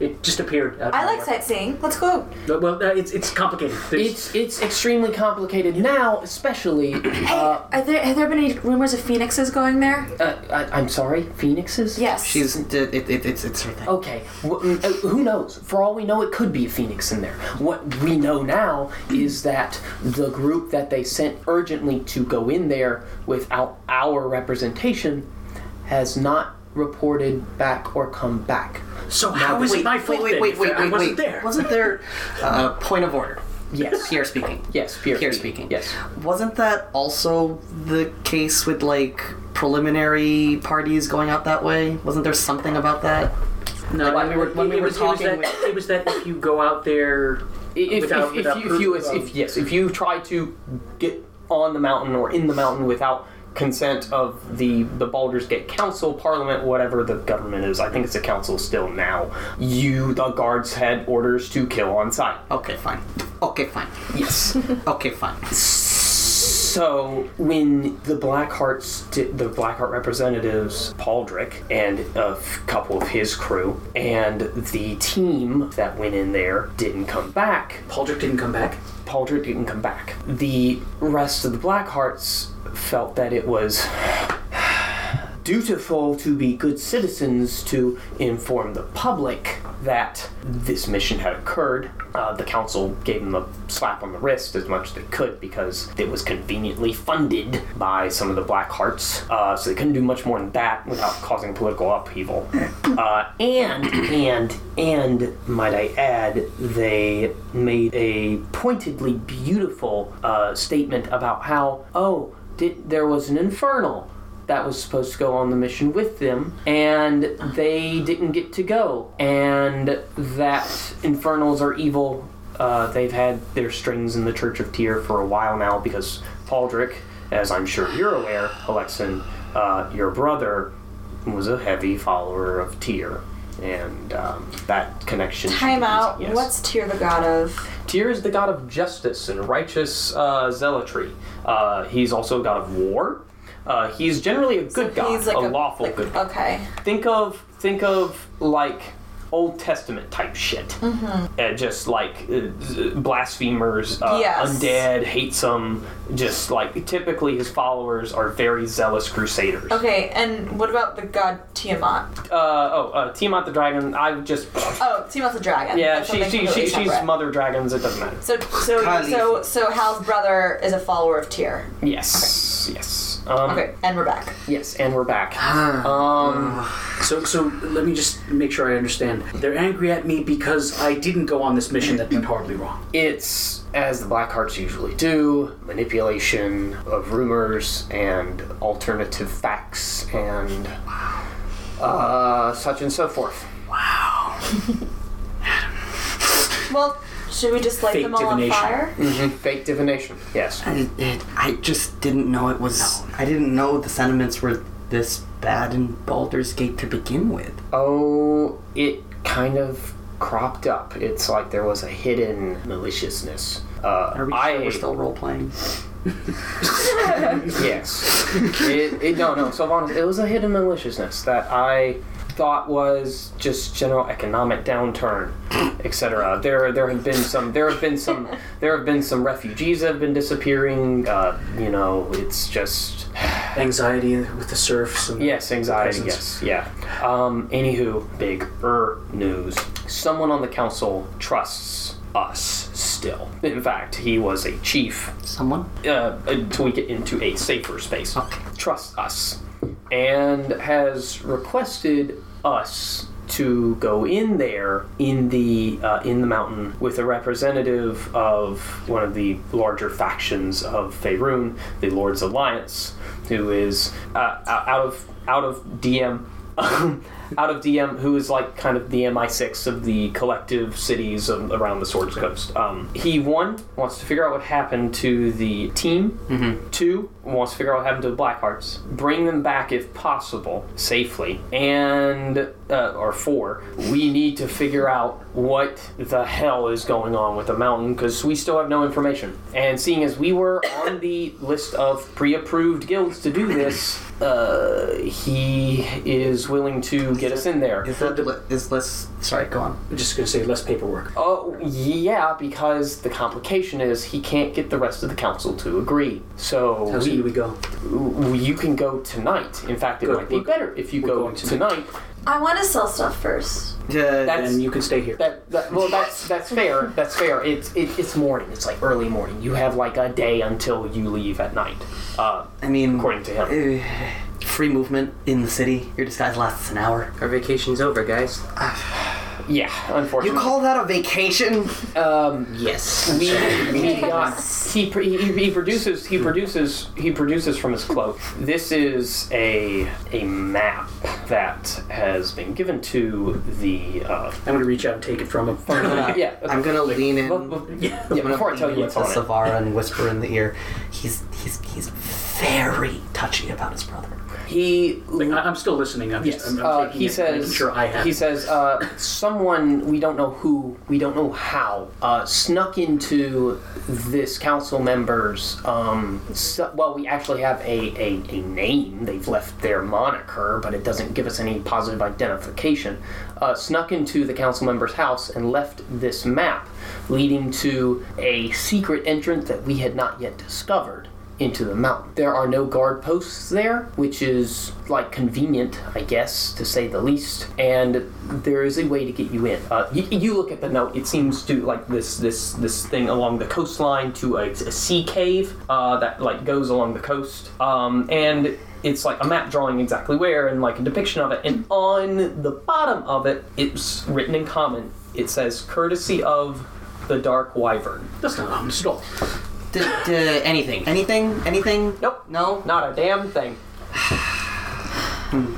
Speaker 7: It just appeared. out of
Speaker 6: I like
Speaker 7: nowhere.
Speaker 6: sightseeing. Let's go.
Speaker 7: But, Well, uh, it's it's complicated. There's-
Speaker 3: It's it's extremely complicated now, especially. Uh,
Speaker 6: Are there have there been any rumors of phoenixes going there?
Speaker 3: uh, I, I'm sorry, phoenixes.
Speaker 6: Yes.
Speaker 5: She's it, it, it, it's it's her thing.
Speaker 3: Okay, w- uh, who knows? For all we know, it could be a phoenix in there. What we know now is that the group that they sent urgently to go in there without our representation has not reported back or come back.
Speaker 7: So
Speaker 3: how is it my
Speaker 5: wait,
Speaker 3: fault
Speaker 5: wait,
Speaker 3: then
Speaker 5: wait,
Speaker 3: if
Speaker 5: wait,
Speaker 3: I
Speaker 5: wait,
Speaker 3: wasn't
Speaker 5: wait.
Speaker 3: there?
Speaker 5: Wasn't there uh, point of order?
Speaker 3: Yes.
Speaker 5: Pierre speaking.
Speaker 3: Yes, Pierre,
Speaker 5: speaking.
Speaker 3: Yes.
Speaker 5: Wasn't that also the case with like preliminary parties going out that way? Wasn't there something about that?
Speaker 7: No,
Speaker 5: Like, when we were when
Speaker 7: it,
Speaker 5: we
Speaker 7: it
Speaker 5: were
Speaker 7: was,
Speaker 5: talking
Speaker 7: It was, that, it was that if you go out there
Speaker 3: If,
Speaker 7: without,
Speaker 3: if,
Speaker 7: without
Speaker 3: if, you, if
Speaker 7: proof,
Speaker 3: you, if,
Speaker 7: um,
Speaker 3: if yes, if you try to get on the mountain or in the mountain without consent of the the Baldur's Gate Council, Parliament, whatever the government is, I think it's a council still now. You, the guards, had orders to kill on sight.
Speaker 5: Okay, fine. Okay, fine.
Speaker 3: Yes.
Speaker 5: okay, fine.
Speaker 3: So when the Blackhearts, did, the Blackheart representatives, Paldrick and a f- couple of his crew, and the team that went in there didn't come back.
Speaker 7: Paldrick didn't come back.
Speaker 3: Paldrick didn't come back. The rest of the Blackhearts felt that it was dutiful to be good citizens to inform the public that this mission had occurred. Uh, the council gave them a slap on the wrist as much as they could because it was conveniently funded by some of the Black Hearts, uh, so they couldn't do much more than that without causing political upheaval. Uh, and, and, and, might I add, they made a pointedly beautiful uh, statement about how, oh, did, there was an infernal that was supposed to go on the mission with them, and they didn't get to go. And that Infernals are evil. Uh, they've had their strings in the Church of Tyr for a while now because Paldrick, as I'm sure you're aware, Alexin, uh, your brother, was a heavy follower of Tyr.
Speaker 23: and um, that connection. should
Speaker 6: Time
Speaker 23: be easy,
Speaker 6: out.
Speaker 23: yes.
Speaker 6: What's Tyr the god of?
Speaker 23: Tyr is the god of justice and righteous uh, zealotry. Uh, he's also a god of war. Uh, he's generally a good god,
Speaker 6: he's like
Speaker 23: a,
Speaker 6: a-
Speaker 23: lawful good god.
Speaker 6: Okay.
Speaker 23: Think of think of like Old Testament type shit.
Speaker 6: Mm-hmm.
Speaker 23: Uh, just like uh, z- blasphemers, uh,
Speaker 6: Yes.
Speaker 23: undead, hate some. Just like typically, his followers are very zealous crusaders.
Speaker 6: Okay, and what about the god Tiamat?
Speaker 23: Uh, oh, uh, Tiamat the dragon. I
Speaker 6: (laughs)
Speaker 23: just
Speaker 6: Oh, Tiamat's a dragon.
Speaker 23: yeah,
Speaker 6: That's
Speaker 23: she,
Speaker 6: something
Speaker 23: she, she
Speaker 6: completely
Speaker 23: she's
Speaker 6: separate.
Speaker 23: mother dragons. It doesn't matter.
Speaker 6: So so
Speaker 23: Khaleesi.
Speaker 6: so so Hal's brother is a follower of Tyr.
Speaker 23: Yes, yes. Um,
Speaker 6: Okay, and we're back.
Speaker 23: Yes, and we're back.
Speaker 3: Ah.
Speaker 7: Um, so, so let me just make sure I understand. They're angry at me because I didn't go on this mission that went horribly wrong.
Speaker 3: It's, as the Black Hearts usually do, manipulation of rumors and alternative facts and uh, such and so forth.
Speaker 6: Well, should we just light them all on fire?
Speaker 3: Mm-hmm. Fake divination. Yes.
Speaker 5: I, it, I just didn't know it was. I didn't know the sentiments were this bad in Baldur's Gate to begin with.
Speaker 3: Oh, it kind of cropped up. It's like there was a hidden maliciousness. Uh, Are we I, we're still
Speaker 5: role playing?
Speaker 3: yes. It, it, no, no. So, honest, it was a hidden maliciousness that I thought was just general economic downturn, etc. There, there have been some. There have been some. There have been some refugees that have been disappearing. Uh, you know, it's just
Speaker 7: anxiety with the serfs. And
Speaker 3: yes, anxiety.
Speaker 7: peasants.
Speaker 3: Yes, yeah. Um, anywho, big er news. Someone on the council trusts us still. In fact, he was a chief.
Speaker 5: Someone?
Speaker 3: Uh, until we get into a safer space. Trust us. And has requested us to go in there in the uh, in the mountain with a representative of one of the larger factions of Faerun, the Lord's Alliance, who is uh, o- out of out of DM. (laughs) out of DM, who is like kind of the MI6 of the collective cities of, around the Swords Coast. Um, he, one, wants to figure out what happened to the team. Two, wants to figure out what happened to the Blackhearts. Bring them back if possible, safely. And, uh, or four, we need to figure out what the hell is going on with the mountain because we still have no information. And seeing as we were (coughs) on the list of pre approved guilds to do this, uh, he is willing to get us in there.
Speaker 5: Is that the, is less? Sorry, go on.
Speaker 7: I'm just gonna say less paperwork.
Speaker 3: Oh, yeah, because the complication is he can't get the rest of the council to agree. So
Speaker 7: How soon do we go?
Speaker 3: You can go tonight. In fact, it
Speaker 7: Good,
Speaker 3: might be
Speaker 7: we're-
Speaker 3: better if you go tonight.
Speaker 6: I want to sell stuff first.
Speaker 5: Yeah,
Speaker 3: That's-
Speaker 7: then you can stay here.
Speaker 3: That, that, well, that's that's fair. That's fair. It's it, it's morning. It's like early morning. You have like a day until you leave at night. Uh,
Speaker 5: I mean,
Speaker 3: according to him.
Speaker 5: eh, free movement in the city. Your disguise lasts an hour.
Speaker 4: Our vacation's over, guys.
Speaker 3: Yeah, unfortunately.
Speaker 5: You call that a vacation?
Speaker 3: Um, yes. We, we got, he, pr- he, he produces he produces he produces from his cloak. This is a a map that has been given to the. Uh,
Speaker 7: I'm gonna reach out and take it from him. (laughs)
Speaker 3: yeah,
Speaker 5: I'm gonna lean in.
Speaker 3: yeah,
Speaker 5: I'm
Speaker 3: yeah,
Speaker 5: gonna
Speaker 3: before I
Speaker 5: lean
Speaker 3: tell
Speaker 5: in
Speaker 3: you
Speaker 5: with
Speaker 3: what's on it.
Speaker 5: the Savara and whisper in the ear. He's he's he's very touchy about his brother.
Speaker 3: He.
Speaker 7: I'm still listening. I'm
Speaker 3: Yes.
Speaker 7: just. I'm, I'm
Speaker 3: uh,
Speaker 7: taking
Speaker 3: he
Speaker 7: it, making
Speaker 3: says.
Speaker 7: sure I have.
Speaker 3: he
Speaker 7: it.
Speaker 3: says. Uh, someone we don't know who, we don't know how, uh, snuck into this council member's. Um, so, well, we actually have a, a a name. They've left their moniker, but it doesn't give us any positive identification. Uh, snuck into the council member's house and left this map, leading to a secret entrance that we had not yet discovered into the mountain. There are no guard posts there, which is like convenient, I guess, to say the least. And there is a way to get you in.
Speaker 23: Uh, you, you look at the note. It seems to like this this this thing along the coastline to a, a sea cave uh, that like goes along the coast, um, and it's like a map drawing exactly where and like a depiction of it. And on the bottom of it, it's written in common. It says, "Courtesy of the Dark Wyvern."
Speaker 7: That's not honest at all.
Speaker 5: D- d- anything? Anything? Anything?
Speaker 23: Nope.
Speaker 5: No.
Speaker 23: Not a damn thing.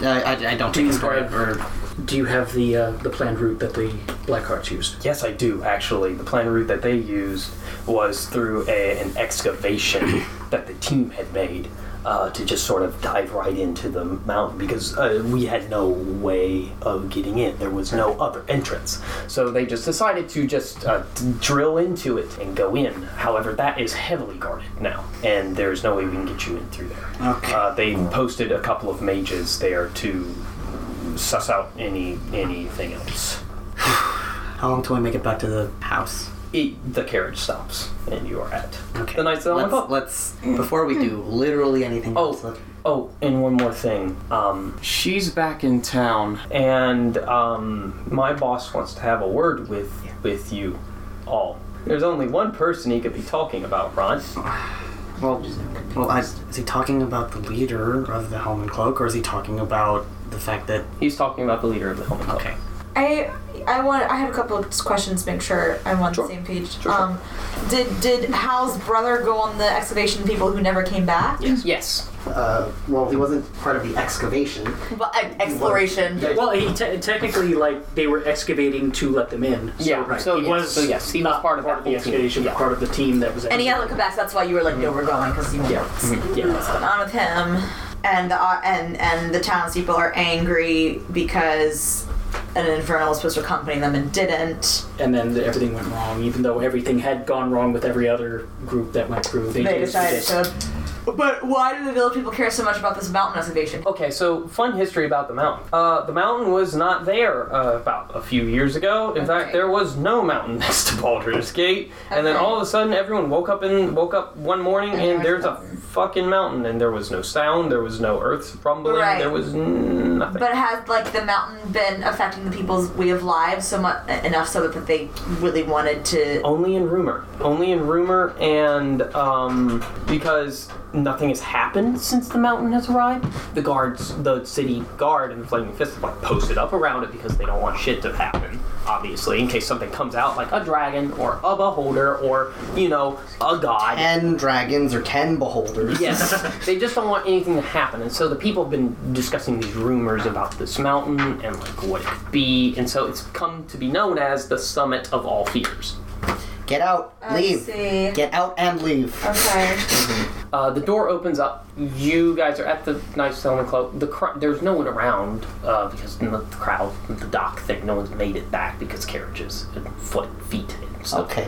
Speaker 5: I, I, I don't
Speaker 7: Do
Speaker 5: think
Speaker 7: you
Speaker 5: it's right.
Speaker 7: have? Do you have the uh, the planned route that the Blackhearts used?
Speaker 23: Yes, I do actually. The plan route that they used was through a, an excavation that the team had made.
Speaker 3: uh, to just sort of dive right into the mountain because uh, we had no way of getting in. There was no other entrance. So they just decided to just uh, d- drill into it and go in. However, that is heavily guarded now, and there's no way we can get you in through there. Uh, they posted a couple of mages there to suss out any anything else.
Speaker 5: How long till we make it back to the house?
Speaker 3: It, the carriage stops, and you are at
Speaker 5: okay.
Speaker 3: the Knights of the
Speaker 5: Let's, let's before we do literally anything else. let-
Speaker 3: Oh, and one more thing. Um, she's back in town, and um, my boss wants to have a word with with you all. There's only one person he could be talking about, Ron.
Speaker 5: Well, well, I, is he talking about the leader of the Helm and Cloak, or is he talking about the fact that
Speaker 3: he's talking about the leader of the Helm and
Speaker 5: Cloak? Okay.
Speaker 24: I I want I have a couple of questions to make sure I'm on the same page. Um, did did Hal's brother go on the excavation people who never came back?
Speaker 3: Yes. Yes.
Speaker 5: Uh, well, he wasn't part of the excavation.
Speaker 24: Well,
Speaker 6: uh,
Speaker 24: exploration.
Speaker 7: Well, he te- technically like they were excavating to let them in. So,
Speaker 11: Yeah,
Speaker 7: right.
Speaker 11: so
Speaker 7: he
Speaker 11: yes,
Speaker 7: was
Speaker 11: so yes, he was
Speaker 7: not
Speaker 11: part of that
Speaker 7: the
Speaker 11: whole team.
Speaker 7: excavation, but
Speaker 11: Yeah.
Speaker 7: part of the team that was.
Speaker 24: And he had look back. That's why you were like, no, we're going because you know what's what's going on with him.
Speaker 6: and the uh, and and the townspeople are angry because an infernal was supposed to accompany them and didn't.
Speaker 7: and then the- everything went wrong, even though everything had gone wrong with every other group that went through.
Speaker 6: They,
Speaker 7: They, did
Speaker 6: decided
Speaker 7: this.
Speaker 6: to. But why do the village people care so much about this mountain excavation?
Speaker 3: Okay, so fun history about the mountain. Uh, the mountain was not there uh, about a few years ago. In fact, there was no mountain (laughs) next to Baldur's Gate, and then all of a sudden, everyone woke up and woke up one morning, and there's a fucking mountain, and there was no sound, there was no earth rumbling,
Speaker 6: Right.
Speaker 3: there was n- nothing.
Speaker 6: But has like the mountain been affecting the people's way of lives so much enough so that they really wanted to?
Speaker 5: Oh,
Speaker 3: Only in rumor. Only in rumor, and um, because nothing has happened since the mountain has arrived, the guards, the city guard, and the Flaming Fist have like posted up around it because they don't want shit to happen. Obviously, in case something comes out like a dragon or a beholder or you know a god.
Speaker 5: Ten dragons or ten beholders.
Speaker 3: Yes, (laughs) they just don't want anything to happen, and so the people have been discussing these rumors about this mountain and like what it could be, and so it's come to be known as the summit of all fears.
Speaker 5: (laughs) Get out,
Speaker 24: I
Speaker 5: leave.
Speaker 24: see.
Speaker 5: Get out and leave.
Speaker 24: Okay.
Speaker 3: Uh, the door opens up. You guys are at the nice Stone Club. The cr- there's no one around uh, because the, the crowd, the dock thing, no one's made it back because carriages and foot feet and stuff.
Speaker 5: Okay.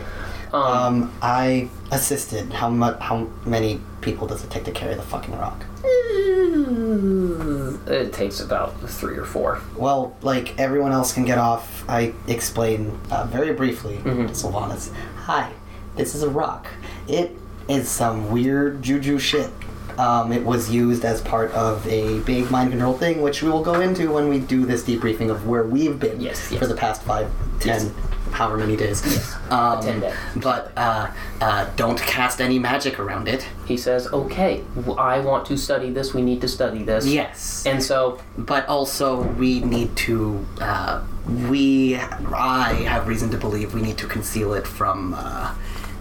Speaker 5: Um, I assisted. How much? How many people does it take to carry the fucking rock?
Speaker 3: Mm, It takes about three or four.
Speaker 5: Well, like everyone else can get off. I explain uh, very briefly to Sylvanas. Hi, this is a rock. It is some weird juju shit. Um, it was used as part of a big mind control thing, which we will go into when we do this debriefing of where we've been for the past five, ten, however many days. Um,
Speaker 3: ten day.
Speaker 5: But uh, uh, don't cast any magic around it.
Speaker 3: He says, "Okay, w- I want to study this. We need to study this."
Speaker 5: Yes.
Speaker 3: And so,
Speaker 5: but also we need to. Uh, we, I have reason to believe we need to conceal it from uh,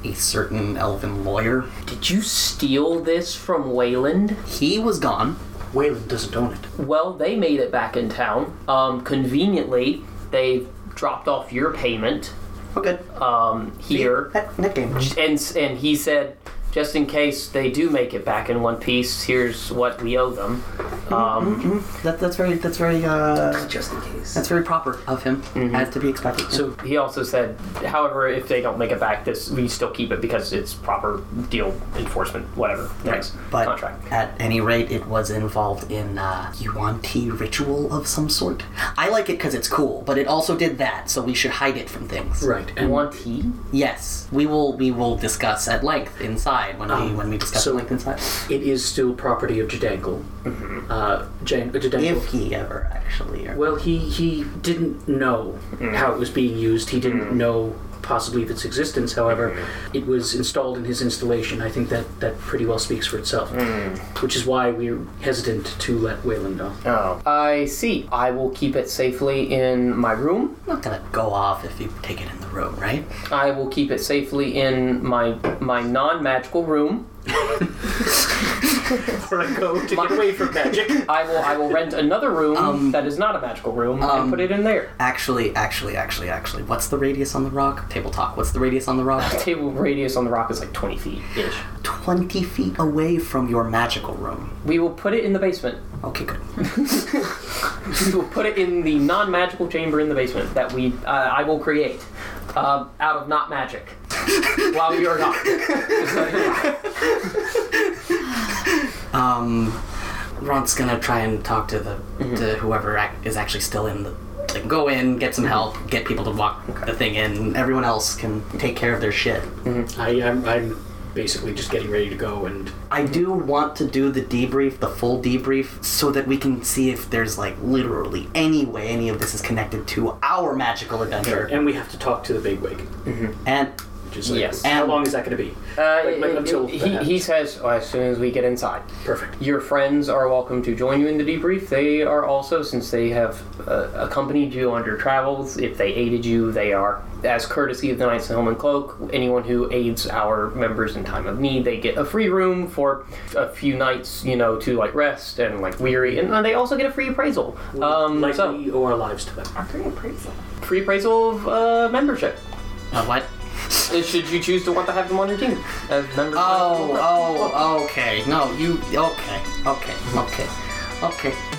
Speaker 5: a certain elven lawyer.
Speaker 3: Did you steal this from Wayland?
Speaker 5: He was gone.
Speaker 7: Wayland doesn't own it.
Speaker 3: Well, they made it back in town. Um, conveniently, they dropped off your payment.
Speaker 5: Okay.
Speaker 3: Um, here. And and he said, just in case they do make it back in one piece, here's what we owe them. Um,
Speaker 5: That, that's very. That's very. Uh,
Speaker 7: Just in case.
Speaker 5: That's very proper of him, as to be expected.
Speaker 3: So he also said, however, if they don't make it back, this we still keep it because it's proper deal enforcement, whatever. Next
Speaker 5: But
Speaker 3: contract.
Speaker 5: at any rate, it was involved in uh, Yuan Ti ritual of some sort. I like it because it's cool, but it also did that, so we should hide it from things.
Speaker 7: Right. And
Speaker 3: Yuan Ti?
Speaker 5: Yes, we will. We will discuss at length inside when we when we discuss at length inside.
Speaker 7: It is still property of Jadangle. Uh, Jan- uh, Jadangle.
Speaker 5: If he ever actually.
Speaker 7: Well, he he didn't know how it was being used. He didn't know possibly of its existence. However, it was installed in his installation. I think that that pretty well speaks for itself, which is why we're hesitant to let Wayland know.
Speaker 3: Oh, I see. I will keep it safely in my room.
Speaker 5: not gonna go off if you take it in the room, right?
Speaker 3: I
Speaker 25: (laughs)
Speaker 3: will keep it safely in my my non magical room.
Speaker 25: where I go to get away from magic. Um, I will. I will rent another room that is not a magical room and
Speaker 5: um,
Speaker 25: put it in there.
Speaker 5: Actually, actually, actually, actually. What's the radius on the rock? Table talk. What's the radius on the rock?
Speaker 3: (laughs)
Speaker 25: Table radius on the rock is like twenty feet ish.
Speaker 5: 20 feet away from your magical room.
Speaker 25: We will put it in the basement.
Speaker 5: Okay, good.
Speaker 25: we will put it in the non-magical chamber in the basement that we. Uh, I will create uh, out of not magic. While we are not.
Speaker 5: Um, Ron's gonna try and talk to the to whoever ac- is actually still in the. Like, go in, get some help, get people to walk the thing in. Everyone else can take care of their shit.
Speaker 7: I, I'm, I'm basically just getting ready to go and
Speaker 5: I do want to do the debrief, the full debrief, so that we can see if there's like literally any way any of this is connected to our magical adventure.
Speaker 7: and we have to talk to the big wig.
Speaker 5: And
Speaker 7: Just like,
Speaker 5: Yes.
Speaker 7: How
Speaker 5: And-
Speaker 7: long is that going to be?
Speaker 3: Uh,
Speaker 7: Like, like, until that
Speaker 3: he,
Speaker 7: happens.
Speaker 3: he says, "Oh, as soon as we get inside.
Speaker 7: Perfect.
Speaker 3: Your friends are welcome to join you in the debrief. They are also, since they have uh, accompanied you on your travels, if they aided you, they are, as courtesy of the Knights of Helm and Cloak, anyone who aids our members in time of need, they get a free room for a few nights, you know, to like rest and like weary, and uh, they also get a free appraisal. Um, like so,
Speaker 7: we owe our lives to them.
Speaker 3: free appraisal. Free appraisal of uh, membership.
Speaker 5: Uh, what?
Speaker 3: Should you choose to want to have them on your team as members?
Speaker 5: Oh, oh, okay. No, you. Okay, okay, okay, okay.